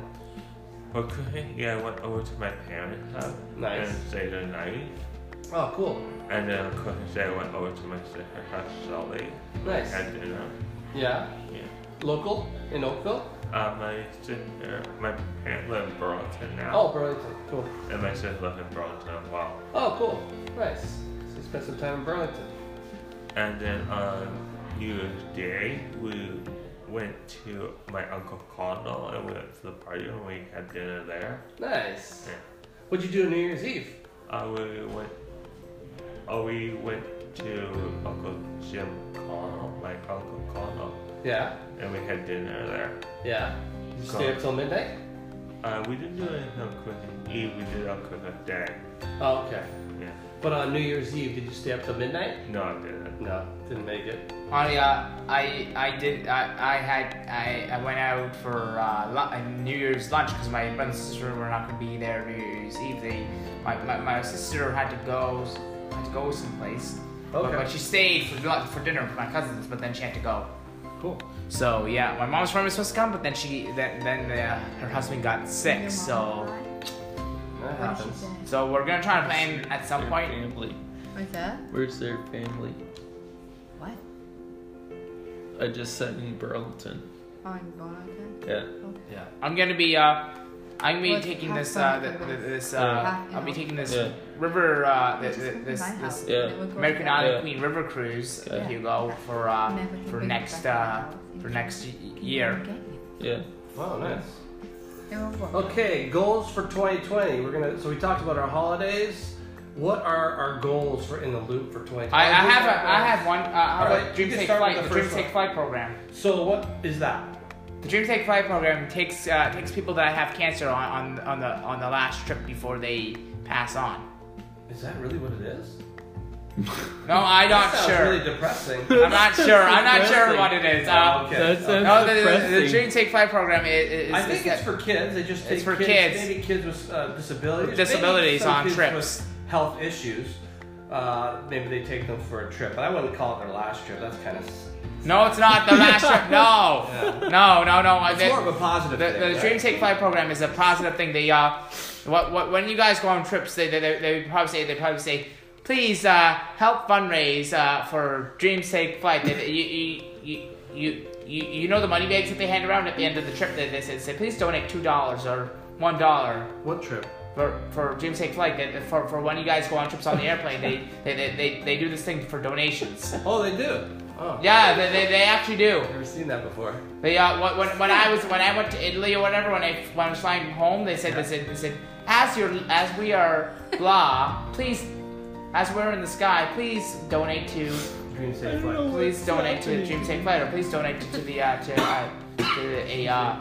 Speaker 4: For Christmas, yeah, I went over to my parents' house
Speaker 3: Nice.
Speaker 4: and stayed the night.
Speaker 3: Oh, cool.
Speaker 4: And uh, then on Christmas Day, I went over to my sister's house Sully.
Speaker 3: Nice.
Speaker 4: Had dinner.
Speaker 3: Yeah.
Speaker 4: Yeah.
Speaker 3: Local in Oakville.
Speaker 4: Uh, my sister, my parents live in Burlington now.
Speaker 3: Oh, Burlington. Cool.
Speaker 4: And my sister lives in Burlington as well.
Speaker 3: Oh, cool. Nice. So spent some time in Burlington.
Speaker 4: And then on New Year's Day, we went to my uncle condo and we went to the party and we had dinner there.
Speaker 3: Nice.
Speaker 4: Yeah.
Speaker 3: What'd you do on New Year's Eve?
Speaker 4: Uh, we went. Oh, we went to Uncle Jim Connell, my Uncle Connell,
Speaker 3: Yeah.
Speaker 4: and we had dinner there.
Speaker 3: Yeah. Did you stay up till midnight?
Speaker 4: Uh, we didn't do anything on Christmas Eve. We did on Christmas Day.
Speaker 3: Oh, okay.
Speaker 4: Yeah.
Speaker 3: But on New Year's Eve, did you stay up till midnight?
Speaker 4: No, I didn't.
Speaker 3: No, didn't make it.
Speaker 2: I, uh, I, I did, I, I had, I, I went out for uh, lu- New Year's lunch because my brother and sister were not going to be there New Year's Eve. They, my, my, my sister had to go, had to go someplace. But,
Speaker 3: Okay.
Speaker 2: but she stayed for, lu- for dinner with my cousins, but then she had to go.
Speaker 3: Cool.
Speaker 2: So yeah, my mom's friend was supposed to come, but then she, then, then uh, her husband got sick. So,
Speaker 3: That
Speaker 1: What did she
Speaker 3: happens.
Speaker 1: say?
Speaker 2: so we're gonna try and plan at some
Speaker 5: Their
Speaker 2: point.
Speaker 5: family.
Speaker 1: What's that?
Speaker 5: Where's their family?
Speaker 1: What?
Speaker 5: I just said in Burlington.
Speaker 1: Oh, in Burlington?
Speaker 5: Yeah.
Speaker 3: Yeah.
Speaker 2: I'm gonna be uh, I'm gonna be
Speaker 1: Well,
Speaker 2: taking
Speaker 1: have
Speaker 2: this
Speaker 1: fun
Speaker 2: uh,
Speaker 1: for
Speaker 2: th- th-
Speaker 1: this.
Speaker 2: this
Speaker 5: Yeah.
Speaker 2: uh, I'll be taking this
Speaker 5: Yeah.
Speaker 2: river uh, th-
Speaker 1: Just
Speaker 2: th-
Speaker 1: come to
Speaker 2: this
Speaker 1: my
Speaker 2: this
Speaker 1: house,
Speaker 5: yeah.
Speaker 1: then we'll go
Speaker 2: American
Speaker 1: there.
Speaker 2: Island
Speaker 5: Yeah.
Speaker 2: Queen River cruise,
Speaker 5: Yeah.
Speaker 2: Hugo, for uh,
Speaker 1: Never can
Speaker 2: for
Speaker 1: bring it
Speaker 2: next uh,
Speaker 1: back to the house.
Speaker 2: for next y- year.
Speaker 1: Okay.
Speaker 5: Yeah.
Speaker 3: Wow, nice.
Speaker 1: It will work.
Speaker 3: Okay, goals for 2020. We're gonna. So we talked about our holidays. What are our goals for in the loop for 2020?
Speaker 2: I, I have a, I have one. Uh, how
Speaker 3: Alright,
Speaker 2: about
Speaker 3: you
Speaker 2: Dream
Speaker 3: can
Speaker 2: Take
Speaker 3: start with
Speaker 2: Flight?
Speaker 3: the
Speaker 2: The Dream
Speaker 3: first one.
Speaker 2: Take Flight program.
Speaker 3: So what is that?
Speaker 2: The Dream Take Flight program takes uh, takes people that have cancer on, on on the on the last trip before they pass on.
Speaker 3: Is that really what it is?
Speaker 2: No, I'm not
Speaker 3: that sounds
Speaker 2: sure.
Speaker 3: Really depressing.
Speaker 2: I'm not sure. I'm not sure
Speaker 5: depressing.
Speaker 2: what it is.
Speaker 3: Oh,
Speaker 2: Uh,
Speaker 3: okay.
Speaker 5: That sounds
Speaker 2: No, the, the, the
Speaker 5: depressing.
Speaker 2: Dream Take Flight program is. is
Speaker 3: I
Speaker 2: is
Speaker 3: think
Speaker 2: that-
Speaker 3: it's for kids. They just take
Speaker 2: It's for
Speaker 3: kids,
Speaker 2: kids.
Speaker 3: maybe kids with uh, disabilities,
Speaker 2: With
Speaker 3: maybe
Speaker 2: disabilities
Speaker 3: some
Speaker 2: on
Speaker 3: kids
Speaker 2: trips.
Speaker 3: with health issues. Uh, maybe they take them for a trip, but I wouldn't call it their last trip. That's kind of
Speaker 2: No, it's not the last trip. No, no, no, no.
Speaker 3: it's
Speaker 2: The-
Speaker 3: more of a positive.
Speaker 2: Uh, the,
Speaker 3: thing,
Speaker 2: the
Speaker 3: right?
Speaker 2: Dream Take Flight program is a positive thing. They uh, what, what when you guys go on trips, they they, they, they probably say they probably say, please uh, help fundraise uh, for Dream Take Flight. They, they- you, you, you, you, you know the money bags that they hand around at the end of the trip. They, they say, say please donate two dollars or one dollar
Speaker 3: What trip?
Speaker 2: for for Dream Take Flight. They, for for when you guys go on trips on the airplane, they they, they, they, they do this thing for donations.
Speaker 3: Oh, they do. Oh,
Speaker 2: Yeah, they, they, they actually do.
Speaker 3: Never seen that before.
Speaker 2: They uh, wh- when, when I was when I went to Italy or whatever, when I when I was flying home, they said they said they said as your as we are blah, please, as we're in the sky, please donate to
Speaker 3: Dream Safe Flight.
Speaker 2: please donate to Dream Safe Flight or please donate to, the uh, to uh, to the a uh,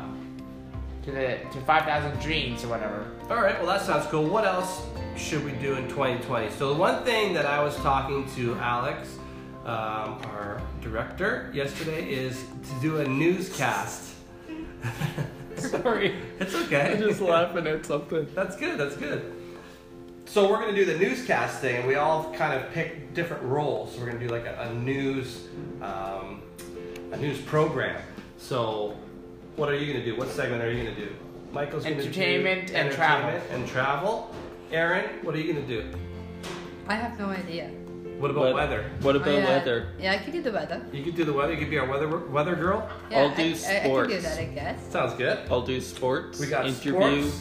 Speaker 2: to the to five thousand dreams or whatever.
Speaker 3: All right, well, that sounds cool. What else should we do in 2020? So, the one thing that I was talking to Alex, um, our director, yesterday is to do a newscast.
Speaker 5: Sorry.
Speaker 3: It's okay.
Speaker 5: I'm just laughing at something.
Speaker 3: That's good. That's good. So we're gonna do the newscast thing, and we all kind of pick different roles. So we're gonna do like a, a news, um, a news program. So, what are you gonna do? What segment are you gonna do? Michael's gonna
Speaker 2: Entertainment
Speaker 3: do
Speaker 2: and
Speaker 3: entertainment and travel. Aaron, what are you gonna do?
Speaker 1: I have no idea.
Speaker 3: What about
Speaker 5: What-
Speaker 3: weather?
Speaker 5: What about
Speaker 1: Oh, yeah.
Speaker 5: weather?
Speaker 1: Yeah, I could do the weather.
Speaker 3: You could do the weather. You could be our weather weather girl.
Speaker 1: Yeah,
Speaker 5: I'll do
Speaker 1: I, I, I could do
Speaker 5: sports.
Speaker 1: that, I guess.
Speaker 3: Sounds good.
Speaker 5: I'll do sports.
Speaker 3: We got
Speaker 5: interview.
Speaker 3: sports,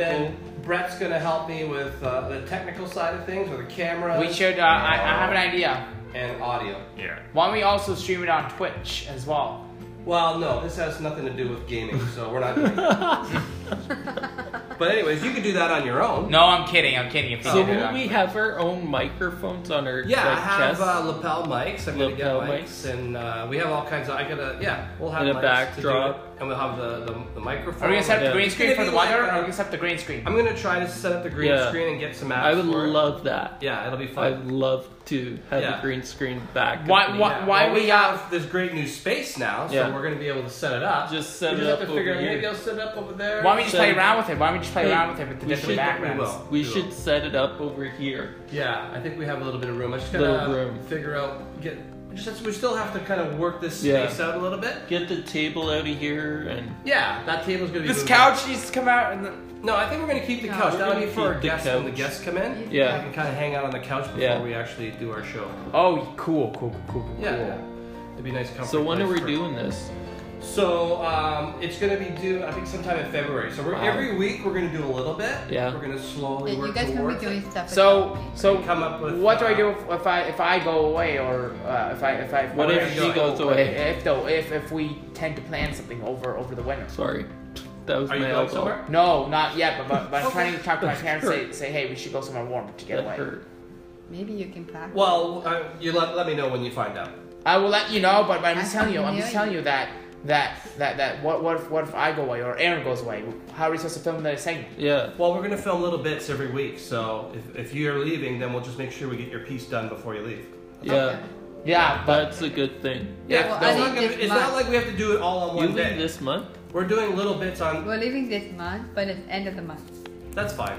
Speaker 3: And then Brett's gonna help me with uh, the technical side of things, with the camera.
Speaker 2: We should. Uh, I, I have an idea.
Speaker 3: And audio.
Speaker 4: Yeah.
Speaker 2: Why don't we also stream it on Twitch as well?
Speaker 3: Well, no, this has nothing to do with gaming, so we're not doing that. But anyways, you could do that on your own.
Speaker 2: No, I'm kidding. I'm kidding. If you
Speaker 5: So
Speaker 2: did it
Speaker 5: will
Speaker 2: on-
Speaker 5: we have our own microphones on our
Speaker 3: Oh, Yeah,
Speaker 5: like,
Speaker 3: I have
Speaker 5: chest
Speaker 3: uh, lapel mics. I'm gonna get
Speaker 5: Lapel
Speaker 3: mics, and uh, we have all kinds of. I gotta yeah, we'll have
Speaker 5: And a
Speaker 3: mics
Speaker 5: backdrop.
Speaker 3: to do it, and we'll have the the, the microphone.
Speaker 2: Are we gonna set up
Speaker 5: Yeah.
Speaker 2: the green screen
Speaker 3: It's
Speaker 2: for
Speaker 3: gonna
Speaker 2: the
Speaker 3: be like
Speaker 2: weather, or
Speaker 3: a-
Speaker 2: are we gonna set up the green screen?
Speaker 3: I'm gonna try to set up the green
Speaker 5: Yeah.
Speaker 3: screen and get some apps.
Speaker 5: I would
Speaker 3: for it.
Speaker 5: love that.
Speaker 3: Yeah, it'll be
Speaker 5: I'd
Speaker 3: fun.
Speaker 5: love to have
Speaker 3: Yeah.
Speaker 5: a green screen back. of
Speaker 2: Why-
Speaker 5: me.
Speaker 2: why-
Speaker 3: Yeah.
Speaker 2: why
Speaker 3: Well, we
Speaker 2: we-
Speaker 3: have this great new space now, so
Speaker 5: Yeah.
Speaker 3: we're gonna be able to set it up.
Speaker 5: Just set
Speaker 3: we
Speaker 5: it
Speaker 3: just
Speaker 5: up
Speaker 3: Have to figure
Speaker 5: over
Speaker 3: out, Maybe
Speaker 5: here.
Speaker 3: I'll set it up over there.
Speaker 2: Why don't we just play
Speaker 5: So-
Speaker 2: around with it? Why don't we just play
Speaker 5: Hey,
Speaker 2: around with it with the
Speaker 5: we
Speaker 2: different
Speaker 5: should- we
Speaker 2: backgrounds?
Speaker 3: will.
Speaker 5: We
Speaker 3: Cool.
Speaker 5: should set it up over here.
Speaker 3: Yeah, I think we have a little bit of room. I just
Speaker 5: Little
Speaker 3: gotta uh,
Speaker 5: room.
Speaker 3: figure out get. Just we still have to kind of work this
Speaker 5: Yeah.
Speaker 3: space out a little bit.
Speaker 5: Get the table out of here and
Speaker 3: Yeah, that table's gonna be.
Speaker 2: This
Speaker 3: moved
Speaker 2: couch needs to come out. And the...
Speaker 3: out. No, I think we're gonna keep the
Speaker 1: No,
Speaker 3: couch.
Speaker 1: we're
Speaker 3: That'll
Speaker 5: gonna
Speaker 3: be for our
Speaker 5: keep the
Speaker 3: guests when the
Speaker 5: couch.
Speaker 3: guests come in.
Speaker 5: Yeah.
Speaker 3: I can kind of hang out on the couch before
Speaker 5: Yeah.
Speaker 3: we actually do our show.
Speaker 2: Oh, cool, cool, cool, cool.
Speaker 3: Yeah,
Speaker 2: cool.
Speaker 3: yeah. it'd be nice. comfy
Speaker 5: so when are
Speaker 3: place
Speaker 5: we
Speaker 3: for-
Speaker 5: doing this?
Speaker 3: So um, it's gonna be due, I think, sometime in February. So we're
Speaker 5: Wow.
Speaker 3: every week we're gonna do a little bit.
Speaker 5: Yeah.
Speaker 3: We're gonna slowly
Speaker 1: You
Speaker 3: work
Speaker 1: guys can be
Speaker 3: towards. it.
Speaker 1: doing stuff.
Speaker 2: So,
Speaker 1: without me.
Speaker 2: so
Speaker 3: Come up with,
Speaker 2: what do I
Speaker 3: uh,
Speaker 2: do if, if I if I go away or uh, if I if I
Speaker 5: What
Speaker 2: or
Speaker 5: if
Speaker 3: he
Speaker 5: goes away?
Speaker 2: If though if if we tend to plan something over over the winter.
Speaker 5: Sorry, that was
Speaker 3: Are you
Speaker 5: my
Speaker 3: going
Speaker 5: elbow.
Speaker 3: somewhere?
Speaker 2: No, not yet. But but, but I'm
Speaker 3: Okay.
Speaker 2: trying to talk to my
Speaker 5: That
Speaker 2: parents. Say
Speaker 5: hurt.
Speaker 2: say hey, we should go somewhere warm to get
Speaker 5: That
Speaker 2: away.
Speaker 5: hurt.
Speaker 1: maybe you can practice.
Speaker 3: Well, uh, you let, let me know when you find out.
Speaker 2: I will let you know. But, but I'm
Speaker 1: I
Speaker 2: just telling you. I'm
Speaker 1: knew
Speaker 2: just
Speaker 1: you.
Speaker 2: telling you that that that that what what if what if I go away or Aaron goes away? How are we supposed to film that segment?
Speaker 5: Yeah.
Speaker 3: Well, we're gonna film little bits every week. So if, if you're leaving, then we'll just make sure we get your piece done before you leave.
Speaker 5: Yeah.
Speaker 2: Yeah, but
Speaker 5: That's a good thing.
Speaker 1: Yeah, well,
Speaker 3: it's,
Speaker 1: I
Speaker 3: not
Speaker 1: think
Speaker 3: gonna-
Speaker 1: this
Speaker 3: it's not
Speaker 1: month-
Speaker 3: like we have to do it all on
Speaker 5: You
Speaker 3: one
Speaker 5: leave
Speaker 3: day.
Speaker 5: this month?
Speaker 3: We're doing little bits on.
Speaker 1: We're leaving this month, but it's end of the month.
Speaker 3: That's fine.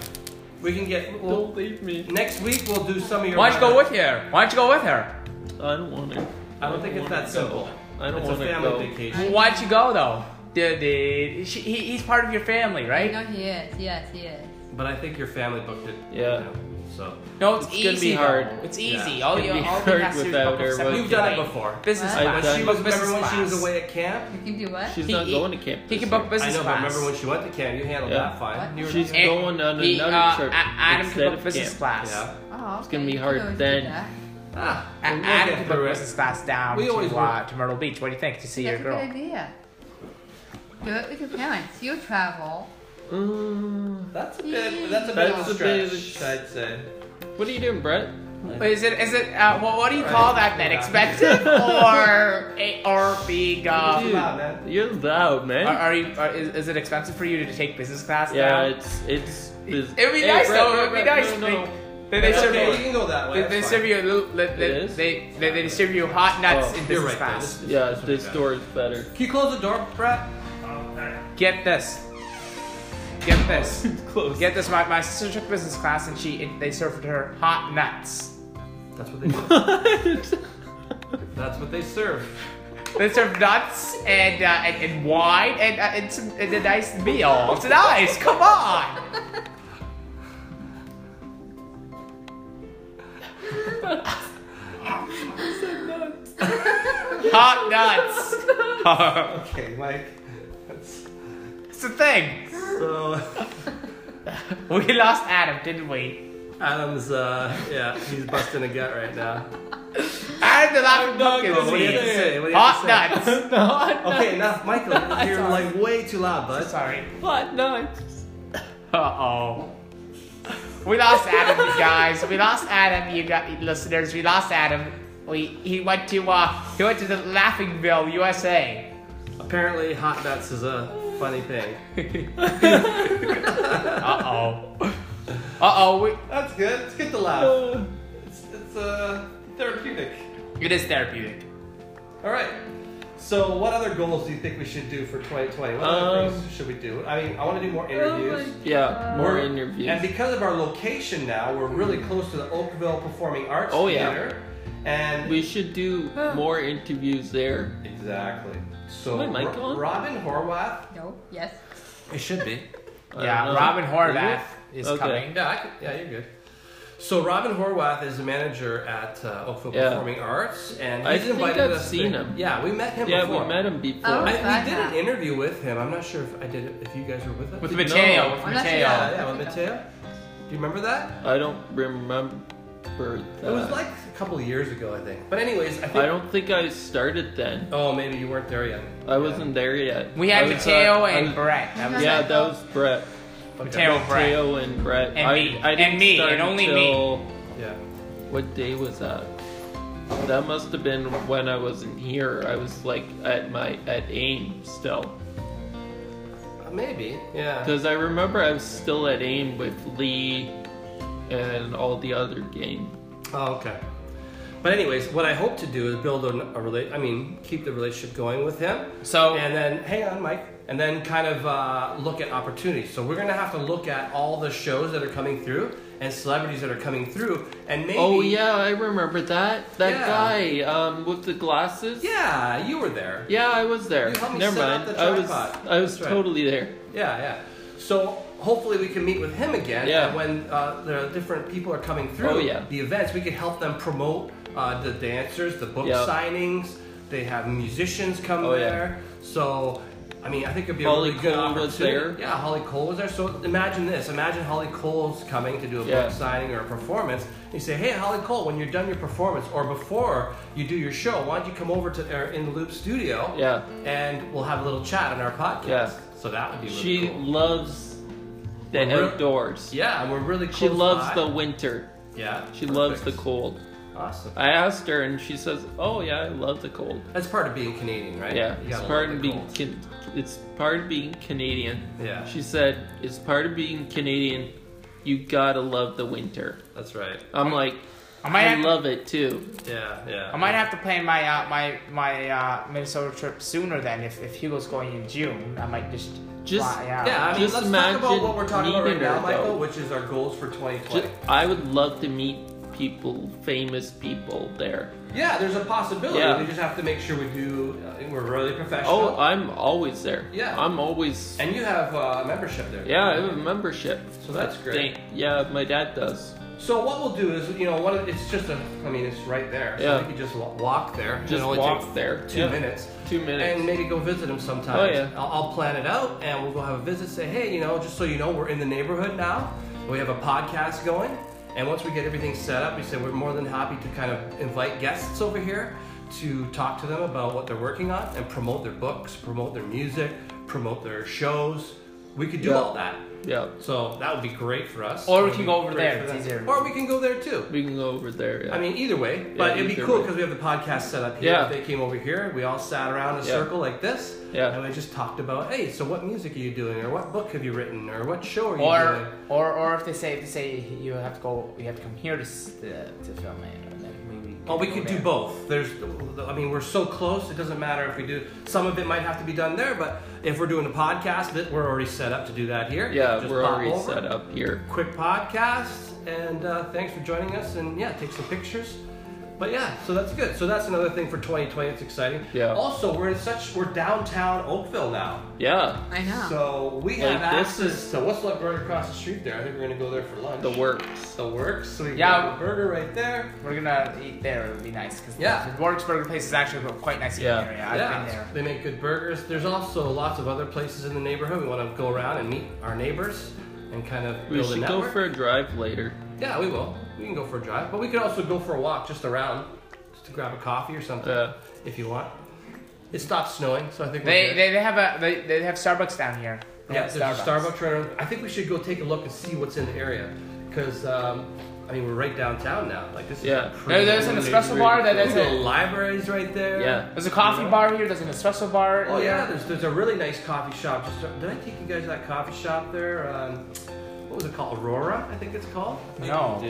Speaker 3: We can get. We'll,
Speaker 5: Don't leave me.
Speaker 3: next week we'll do some of your.
Speaker 2: why don't you go with her? Why don't you go with her?
Speaker 5: I don't want to.
Speaker 3: I don't think it's that simple.
Speaker 5: I don't
Speaker 3: it's
Speaker 5: want
Speaker 3: a
Speaker 5: to
Speaker 3: family
Speaker 5: go.
Speaker 3: vacation.
Speaker 2: Why don't you go though? Dude, dude, she, he, he's part of your family,
Speaker 1: You
Speaker 2: right?
Speaker 1: know he is. Yes, he is.
Speaker 3: But I think your family booked it.
Speaker 5: Yeah.
Speaker 3: you know, so
Speaker 2: No, it's,
Speaker 5: It's
Speaker 2: easy.
Speaker 5: gonna be
Speaker 2: though.
Speaker 5: hard.
Speaker 2: It's
Speaker 3: Yeah.
Speaker 2: easy. All
Speaker 5: It's
Speaker 2: you
Speaker 5: gonna be
Speaker 2: all
Speaker 5: hard
Speaker 2: you have to do is
Speaker 5: without
Speaker 2: book a
Speaker 5: her.
Speaker 2: separate
Speaker 5: Well,
Speaker 3: you've done it
Speaker 2: plane.
Speaker 3: before.
Speaker 2: Business
Speaker 5: I've
Speaker 2: class.
Speaker 5: done
Speaker 3: She
Speaker 5: it.
Speaker 3: was
Speaker 2: Book business
Speaker 3: remember when she was
Speaker 2: class.
Speaker 3: away at camp.
Speaker 1: You can do what?
Speaker 5: She's
Speaker 2: He-
Speaker 5: not
Speaker 2: he-
Speaker 5: going to camp.
Speaker 2: He
Speaker 5: this
Speaker 2: can book
Speaker 5: year.
Speaker 2: business
Speaker 3: I know, but
Speaker 2: class. Eh,
Speaker 3: remember when she went to camp? You handled
Speaker 5: Yeah.
Speaker 3: that fine.
Speaker 1: What?
Speaker 3: You were
Speaker 5: She's
Speaker 3: doing-
Speaker 5: going on
Speaker 2: He,
Speaker 5: another
Speaker 2: uh,
Speaker 5: trip.
Speaker 2: A- Adam
Speaker 5: instead
Speaker 2: can book
Speaker 5: of
Speaker 2: business
Speaker 5: camp.
Speaker 2: class.
Speaker 3: Yeah.
Speaker 1: Oh, it's
Speaker 5: gonna be hard then.
Speaker 3: Ah,
Speaker 2: A-
Speaker 3: we'll
Speaker 2: Adam
Speaker 3: get
Speaker 2: can
Speaker 3: through
Speaker 2: book
Speaker 3: it.
Speaker 2: business class down
Speaker 3: We always
Speaker 2: to, uh,
Speaker 3: work.
Speaker 2: to Myrtle Beach. What do you think to see your
Speaker 1: That's a
Speaker 2: girl?
Speaker 1: good idea. Do it with your parents. You travel.
Speaker 5: Mm,
Speaker 3: That's a bit. That's a bit of
Speaker 5: That's a bit of
Speaker 3: a
Speaker 5: a-
Speaker 3: stretch. I'd say.
Speaker 5: what are you doing, Brett?
Speaker 2: Is it is it uh, what, what do you call that then? Expensive or a, or being uh,
Speaker 5: Dude,
Speaker 3: loud, man.
Speaker 5: you're loud, man.
Speaker 2: are, are you are, is, is it expensive for you to take business class?
Speaker 5: yeah,
Speaker 2: now?
Speaker 5: it's it's. it's
Speaker 2: it'd be
Speaker 5: Hey,
Speaker 2: nice
Speaker 5: Brett,
Speaker 2: though. it'd
Speaker 5: Brett,
Speaker 2: be
Speaker 5: Brett,
Speaker 2: nice.
Speaker 5: no,
Speaker 2: They-
Speaker 5: no.
Speaker 2: They, they serve
Speaker 3: okay,
Speaker 2: you.
Speaker 3: you can go that way.
Speaker 2: They,
Speaker 3: that's
Speaker 2: they
Speaker 3: fine.
Speaker 2: serve you a little. They,
Speaker 5: It
Speaker 2: they,
Speaker 5: is?
Speaker 2: they, they, they serve you hot nuts
Speaker 5: Oh,
Speaker 2: in
Speaker 3: You're
Speaker 2: business
Speaker 3: right. though.
Speaker 2: class.
Speaker 3: This-
Speaker 5: Yeah,
Speaker 3: this
Speaker 5: this
Speaker 3: is
Speaker 5: door is better.
Speaker 3: Can you close the door, Brett?
Speaker 4: Okay.
Speaker 2: Get this. Get this.
Speaker 5: Close.
Speaker 2: Get this. My, my sister took business class and she it, they served her hot nuts.
Speaker 3: That's what they do.
Speaker 5: What?
Speaker 3: That's what they serve.
Speaker 2: They served nuts and uh, and, and wine and uh, it's, it's a nice meal. It's nice. Come on. Hot nuts.
Speaker 3: Okay, Mike. That's,
Speaker 2: it's a thing.
Speaker 3: so
Speaker 2: We lost Adam, didn't we?
Speaker 3: Adam's uh yeah, he's busting a gut right now.
Speaker 2: Adam the laughing
Speaker 3: What do you have to
Speaker 2: pumpkin.
Speaker 3: say? What do you have
Speaker 2: Hot
Speaker 3: to say?
Speaker 2: nuts.
Speaker 3: Okay, enough, Michael. You're like way too loud, bud.
Speaker 2: Sorry.
Speaker 5: Hot nuts.
Speaker 2: Uh oh. We lost Adam, you guys. We lost Adam, you got listeners. We lost Adam. We he went to uh he went to the Laughingville, USA.
Speaker 3: Apparently, hot nuts is a funny thing.
Speaker 2: Uh oh. Uh oh. We,
Speaker 3: That's good. Let's get the laugh.
Speaker 5: Uh,
Speaker 3: It's, it's uh therapeutic.
Speaker 2: it is therapeutic.
Speaker 3: All right. So, what other goals do you think we should do for 2020? What other
Speaker 5: Um,
Speaker 3: things should we do? I mean, I want to do more interviews.
Speaker 1: Oh
Speaker 2: Uh,
Speaker 5: yeah, more
Speaker 3: We're-
Speaker 5: interviews.
Speaker 3: And because of our location now, we're really close to the Oakville Performing Arts
Speaker 5: Oh, yeah.
Speaker 3: Theater. And
Speaker 5: We should do
Speaker 2: Uh.
Speaker 5: more interviews there.
Speaker 3: exactly. So
Speaker 5: Am I mic
Speaker 3: Ro-
Speaker 5: on?
Speaker 3: Robin Horwath.
Speaker 1: No. Yes.
Speaker 3: It should be.
Speaker 5: I
Speaker 2: Yeah,
Speaker 5: don't know.
Speaker 2: Robin Horvath is
Speaker 5: Okay.
Speaker 2: coming.
Speaker 3: Yeah, I could, yeah, you're good. So Robin Horwath is a manager at uh, Oakville
Speaker 5: Yeah.
Speaker 3: Performing Arts, and
Speaker 5: I
Speaker 3: he's
Speaker 5: think
Speaker 3: invited
Speaker 5: I've
Speaker 3: us. to-
Speaker 5: seen him.
Speaker 3: Yeah, we met him.
Speaker 5: Yeah,
Speaker 3: before.
Speaker 5: we met him before.
Speaker 1: Oh.
Speaker 3: I, we did
Speaker 1: Yeah.
Speaker 3: an interview with him. I'm not sure if I did it, if you guys were with us.
Speaker 2: With
Speaker 5: No.
Speaker 2: Mateo, with
Speaker 1: I'm not sure.
Speaker 2: Mateo.
Speaker 3: yeah,
Speaker 5: Um,
Speaker 3: yeah, with Mateo. Do you remember that?
Speaker 5: I don't remember that.
Speaker 3: It was like a couple of years ago, I think. But anyways, I think.
Speaker 5: Uh, I don't think I started then.
Speaker 3: Oh, maybe you weren't there yet.
Speaker 5: I wasn't there yet.
Speaker 2: We had
Speaker 5: I was, uh,
Speaker 2: Mateo
Speaker 5: I
Speaker 2: and
Speaker 5: was-
Speaker 2: Brett. That was
Speaker 5: Yeah, that was Brett.
Speaker 2: Mateo,
Speaker 3: Oh,
Speaker 2: Brett.
Speaker 5: Mateo and Brett.
Speaker 2: And
Speaker 5: I,
Speaker 2: me.
Speaker 5: I didn't
Speaker 2: And me,
Speaker 5: start
Speaker 2: and only me.
Speaker 5: until,
Speaker 3: Yeah.
Speaker 5: What day was that? That must have been when I wasn't here. I was like at my at AIM still,
Speaker 3: Uh, Maybe. Yeah.
Speaker 5: because I remember I was still at AIM with Lee and all the other game.
Speaker 3: Oh, okay. But anyways, what I hope to do is build a, a relate. I mean, keep the relationship going with him.
Speaker 2: So-
Speaker 3: and then hang on, Mike, and then kind of uh, look at opportunities. So we're gonna have to look at all the shows that are coming through and celebrities that are coming through, and maybe.
Speaker 5: Oh yeah, I remember that that
Speaker 3: Yeah.
Speaker 5: guy um, with the glasses.
Speaker 3: Yeah, you were there.
Speaker 5: Yeah, I was there.
Speaker 3: You helped me
Speaker 5: Never
Speaker 3: set up
Speaker 5: mind.
Speaker 3: the
Speaker 5: I was
Speaker 3: tripod.
Speaker 5: I was
Speaker 3: That's right.
Speaker 5: totally there.
Speaker 3: Yeah, yeah. So hopefully we can meet with him again.
Speaker 5: Yeah.
Speaker 3: And when uh, the different people are coming through
Speaker 5: Oh, yeah.
Speaker 3: the events, we can help them promote uh, the dancers, the book
Speaker 5: Yeah.
Speaker 3: signings. They have musicians come
Speaker 5: Oh, yeah.
Speaker 3: there. So, I mean, I think it'd be
Speaker 5: Holly
Speaker 3: a really good
Speaker 5: Cole
Speaker 3: opportunity.
Speaker 5: was there.
Speaker 3: Yeah, Holly Cole was there. So imagine this. Imagine Holly Cole's coming to do a
Speaker 5: Yeah.
Speaker 3: book signing or a performance. You say, hey, Holly Cole, when you're done your performance or before you do your show, why don't you come over to our In the Loop studio
Speaker 5: Yeah.
Speaker 3: and we'll have a little chat on our podcast.
Speaker 5: Yeah.
Speaker 3: So that would be really
Speaker 5: She
Speaker 3: cool.
Speaker 5: loves the
Speaker 3: We're-
Speaker 5: outdoors.
Speaker 3: Yeah, and we're really cool.
Speaker 5: She loves
Speaker 3: spot.
Speaker 5: the winter.
Speaker 3: Yeah.
Speaker 5: She loves the
Speaker 3: perfect.
Speaker 5: cold.
Speaker 3: Awesome.
Speaker 5: I asked her and she says, "Oh yeah, I love the cold."
Speaker 3: That's part of being Canadian, right?
Speaker 5: Yeah,
Speaker 3: You
Speaker 5: it's
Speaker 3: gotta
Speaker 5: part
Speaker 3: love
Speaker 5: of
Speaker 3: the
Speaker 5: being
Speaker 3: cold.
Speaker 5: can, it's part of being Canadian.
Speaker 3: Yeah.
Speaker 5: She said, "It's part of being Canadian. You gotta love the winter."
Speaker 3: That's right.
Speaker 5: I'm like,
Speaker 2: I might
Speaker 5: I
Speaker 2: have
Speaker 5: love it too.
Speaker 3: Yeah, yeah.
Speaker 2: I might have to plan my uh, my my uh, Minnesota trip sooner then if, if Hugo's going in June. I might just
Speaker 5: Just-
Speaker 2: fly out.
Speaker 3: Yeah, I mean,
Speaker 5: Just
Speaker 3: let's talk about
Speaker 5: imagine
Speaker 3: what we're talking about right
Speaker 5: meeting her,
Speaker 3: now, Michael,
Speaker 5: though.
Speaker 3: which is our goals for 2020.
Speaker 5: Just, I would love to meet people, famous people there.
Speaker 3: yeah, there's a possibility.
Speaker 5: Yeah.
Speaker 3: We just have to make sure we do. Uh, we're really professional.
Speaker 5: Oh, I'm always there.
Speaker 3: Yeah.
Speaker 5: I'm always.
Speaker 3: and you have uh, membership there.
Speaker 5: Yeah, I have a membership.
Speaker 3: So that's great.
Speaker 5: Thank- yeah, my dad does.
Speaker 3: So what we'll do is, you know, what it's just a. I mean, it's right there.
Speaker 5: Yeah.
Speaker 3: So you can just wa- walk there.
Speaker 5: Just
Speaker 3: it only
Speaker 5: walk
Speaker 3: takes
Speaker 5: there.
Speaker 3: Two
Speaker 5: Yeah.
Speaker 3: minutes.
Speaker 5: Two minutes.
Speaker 3: and maybe go visit him sometime.
Speaker 5: Oh, yeah.
Speaker 3: I'll, I'll plan it out, and we'll go have a visit. Say, hey, you know, just so you know, we're in the neighborhood now. We have a podcast going, and once we get everything set up, we say we're more than happy to kind of invite guests over here to talk to them about what they're working on and promote their books, promote their music, promote their shows. We could do
Speaker 5: Yeah.
Speaker 3: all that.
Speaker 5: yeah,
Speaker 3: So that would be great for us.
Speaker 2: Or we
Speaker 3: It would
Speaker 2: can
Speaker 3: be
Speaker 2: go over
Speaker 3: great
Speaker 2: there,
Speaker 3: for
Speaker 2: it's
Speaker 3: them.
Speaker 2: easier.
Speaker 3: Or we can go there too.
Speaker 5: we can go over there. Yeah.
Speaker 3: I mean, either way, but it'd be
Speaker 5: either
Speaker 3: cool
Speaker 5: way.
Speaker 3: because we have the podcast set up here.
Speaker 5: Yeah.
Speaker 3: If They came over here. We all sat around in a
Speaker 5: Yeah.
Speaker 3: circle like this,
Speaker 5: Yeah.
Speaker 3: and we just talked about, hey, so what music are you doing, or what book have you written, or what show are you
Speaker 2: Or
Speaker 3: doing?
Speaker 2: or or if they say if they say you have to go, you have to come here to s- to, to film it. and Then we, we
Speaker 3: Oh, we
Speaker 2: go
Speaker 3: could do
Speaker 2: there.
Speaker 3: both. There's, I mean, we're so close. It doesn't matter if we do. Some of it might have to be done there, but if we're doing a podcast, that we're already set up to do that here.
Speaker 5: yeah,
Speaker 3: Just
Speaker 5: we're
Speaker 3: pop
Speaker 5: already
Speaker 3: over.
Speaker 5: set up here.
Speaker 3: Quick podcast, and uh, thanks for joining us. And yeah, take some pictures. But yeah, so that's good. So that's another thing for 2020. It's exciting.
Speaker 5: Yeah.
Speaker 3: Also, we're in such we're downtown Oakville now.
Speaker 5: Yeah,
Speaker 1: I know.
Speaker 3: So we
Speaker 5: Like,
Speaker 3: have access
Speaker 5: this is-
Speaker 3: to what's left right across the street there. I think we're gonna go there for lunch.
Speaker 5: the works.
Speaker 3: The works. So we
Speaker 2: Yeah.
Speaker 3: got a burger right there.
Speaker 2: We're gonna eat there. It'll be nice because
Speaker 3: Yeah.
Speaker 2: the Warwick's Burger Place is actually quite nice in
Speaker 5: Yeah.
Speaker 2: the area. I've
Speaker 3: yeah,
Speaker 2: been there.
Speaker 3: they make good burgers. There's also lots of other places in the neighborhood. We want to go around and meet our neighbors and kind of
Speaker 5: We
Speaker 3: build a
Speaker 5: should go
Speaker 3: network.
Speaker 5: for a drive later.
Speaker 3: Yeah, we will. We can go for a drive, but we could also go for a walk just around, just to grab a coffee or something
Speaker 5: Yeah.
Speaker 3: if you want. It stopped snowing, so I think we're
Speaker 2: They,
Speaker 3: good.
Speaker 2: they they have a they, they have Starbucks down here. They
Speaker 3: Yeah,
Speaker 2: have
Speaker 3: there's a Starbucks right around. I think we should go take a look and see what's in the area, because um, I mean we're right downtown now. Like this.
Speaker 5: Yeah.
Speaker 3: Is a
Speaker 2: There,
Speaker 3: pretty
Speaker 2: there's an
Speaker 5: Really,
Speaker 2: espresso
Speaker 5: really
Speaker 2: bar. That,
Speaker 5: cool.
Speaker 2: there's
Speaker 3: the
Speaker 2: a
Speaker 3: libraries right there.
Speaker 5: Yeah.
Speaker 2: there's a coffee bar here. There's an espresso bar.
Speaker 3: Oh yeah, there's there's a really nice coffee shop. Just did I take you guys to that coffee shop there? Um, what was it called? Aurora, I think it's called.
Speaker 2: No.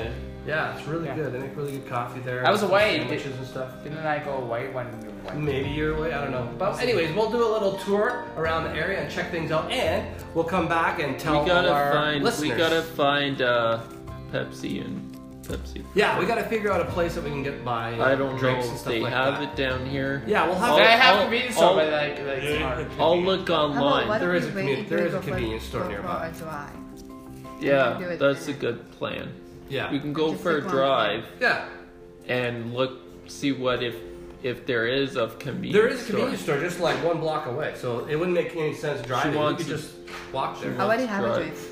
Speaker 3: Yeah, it's really
Speaker 2: Yeah.
Speaker 3: good. They make really good coffee there.
Speaker 2: I was away.
Speaker 3: Sandwiches and stuff.
Speaker 2: Didn't I go away when you went?
Speaker 3: Maybe you're away, I don't know. But anyways, we'll do a little tour around the area and check things out, and we'll come back and tell
Speaker 5: We gotta
Speaker 3: all our
Speaker 5: find.
Speaker 3: listeners.
Speaker 5: We gotta find uh, Pepsi and Pepsi.
Speaker 3: yeah, we gotta figure out a place that we can get by.
Speaker 5: I don't know
Speaker 3: drinks and
Speaker 5: if
Speaker 3: stuff
Speaker 5: they
Speaker 3: like
Speaker 5: have
Speaker 3: that.
Speaker 5: it down here.
Speaker 3: Yeah, we'll have.
Speaker 5: Oh,
Speaker 2: Did I
Speaker 3: it.
Speaker 2: have
Speaker 5: I'll-
Speaker 2: a meeting store
Speaker 5: I'll-
Speaker 2: by like, like
Speaker 4: Yeah,
Speaker 2: tomorrow?
Speaker 5: I'll look
Speaker 1: How about why
Speaker 5: online.
Speaker 3: what-
Speaker 1: don't
Speaker 3: There is
Speaker 1: we
Speaker 3: a
Speaker 1: wait
Speaker 3: conveni-
Speaker 1: if
Speaker 3: there
Speaker 1: we
Speaker 3: is a
Speaker 1: go for-
Speaker 3: convenience store
Speaker 1: go for
Speaker 3: nearby.
Speaker 1: a drive? do
Speaker 5: Yeah,
Speaker 1: it
Speaker 5: that's a
Speaker 1: then.
Speaker 5: good plan.
Speaker 3: yeah,
Speaker 5: We can go
Speaker 1: Just
Speaker 5: for a
Speaker 1: look on-
Speaker 5: drive
Speaker 3: yeah.
Speaker 5: and look, see what if if there is of convenience.
Speaker 3: There is a
Speaker 5: store.
Speaker 3: convenience store just like one block away, so it wouldn't make any sense driving. You
Speaker 5: wants
Speaker 3: could
Speaker 5: a-
Speaker 3: just walk there.
Speaker 1: I already have a
Speaker 5: drive.
Speaker 1: drink.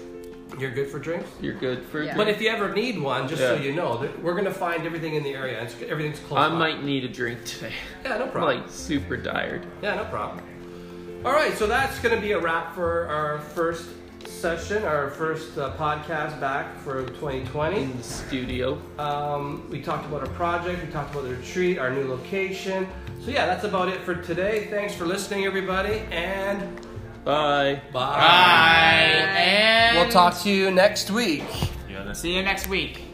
Speaker 3: You're good for drinks.
Speaker 5: You're good for.
Speaker 1: Yeah.
Speaker 3: But if you ever need one, just so
Speaker 5: Yeah.
Speaker 3: you know, that we're gonna find everything in the area. It's, everything's close.
Speaker 5: I
Speaker 3: by.
Speaker 5: might need a drink today.
Speaker 3: Yeah, no
Speaker 5: I'm
Speaker 3: problem.
Speaker 5: like super tired.
Speaker 3: Yeah, no problem. All right, so that's going to be a wrap for our first session, our first uh, podcast back for 2020.
Speaker 5: in the studio.
Speaker 3: Um, we talked about our project, we talked about the retreat, our new location. So, yeah, that's about it for today. Thanks for listening, everybody, and
Speaker 5: Bye.
Speaker 3: bye.
Speaker 2: Bye. And
Speaker 3: We'll talk to you next week.
Speaker 4: You know,
Speaker 2: See you next week.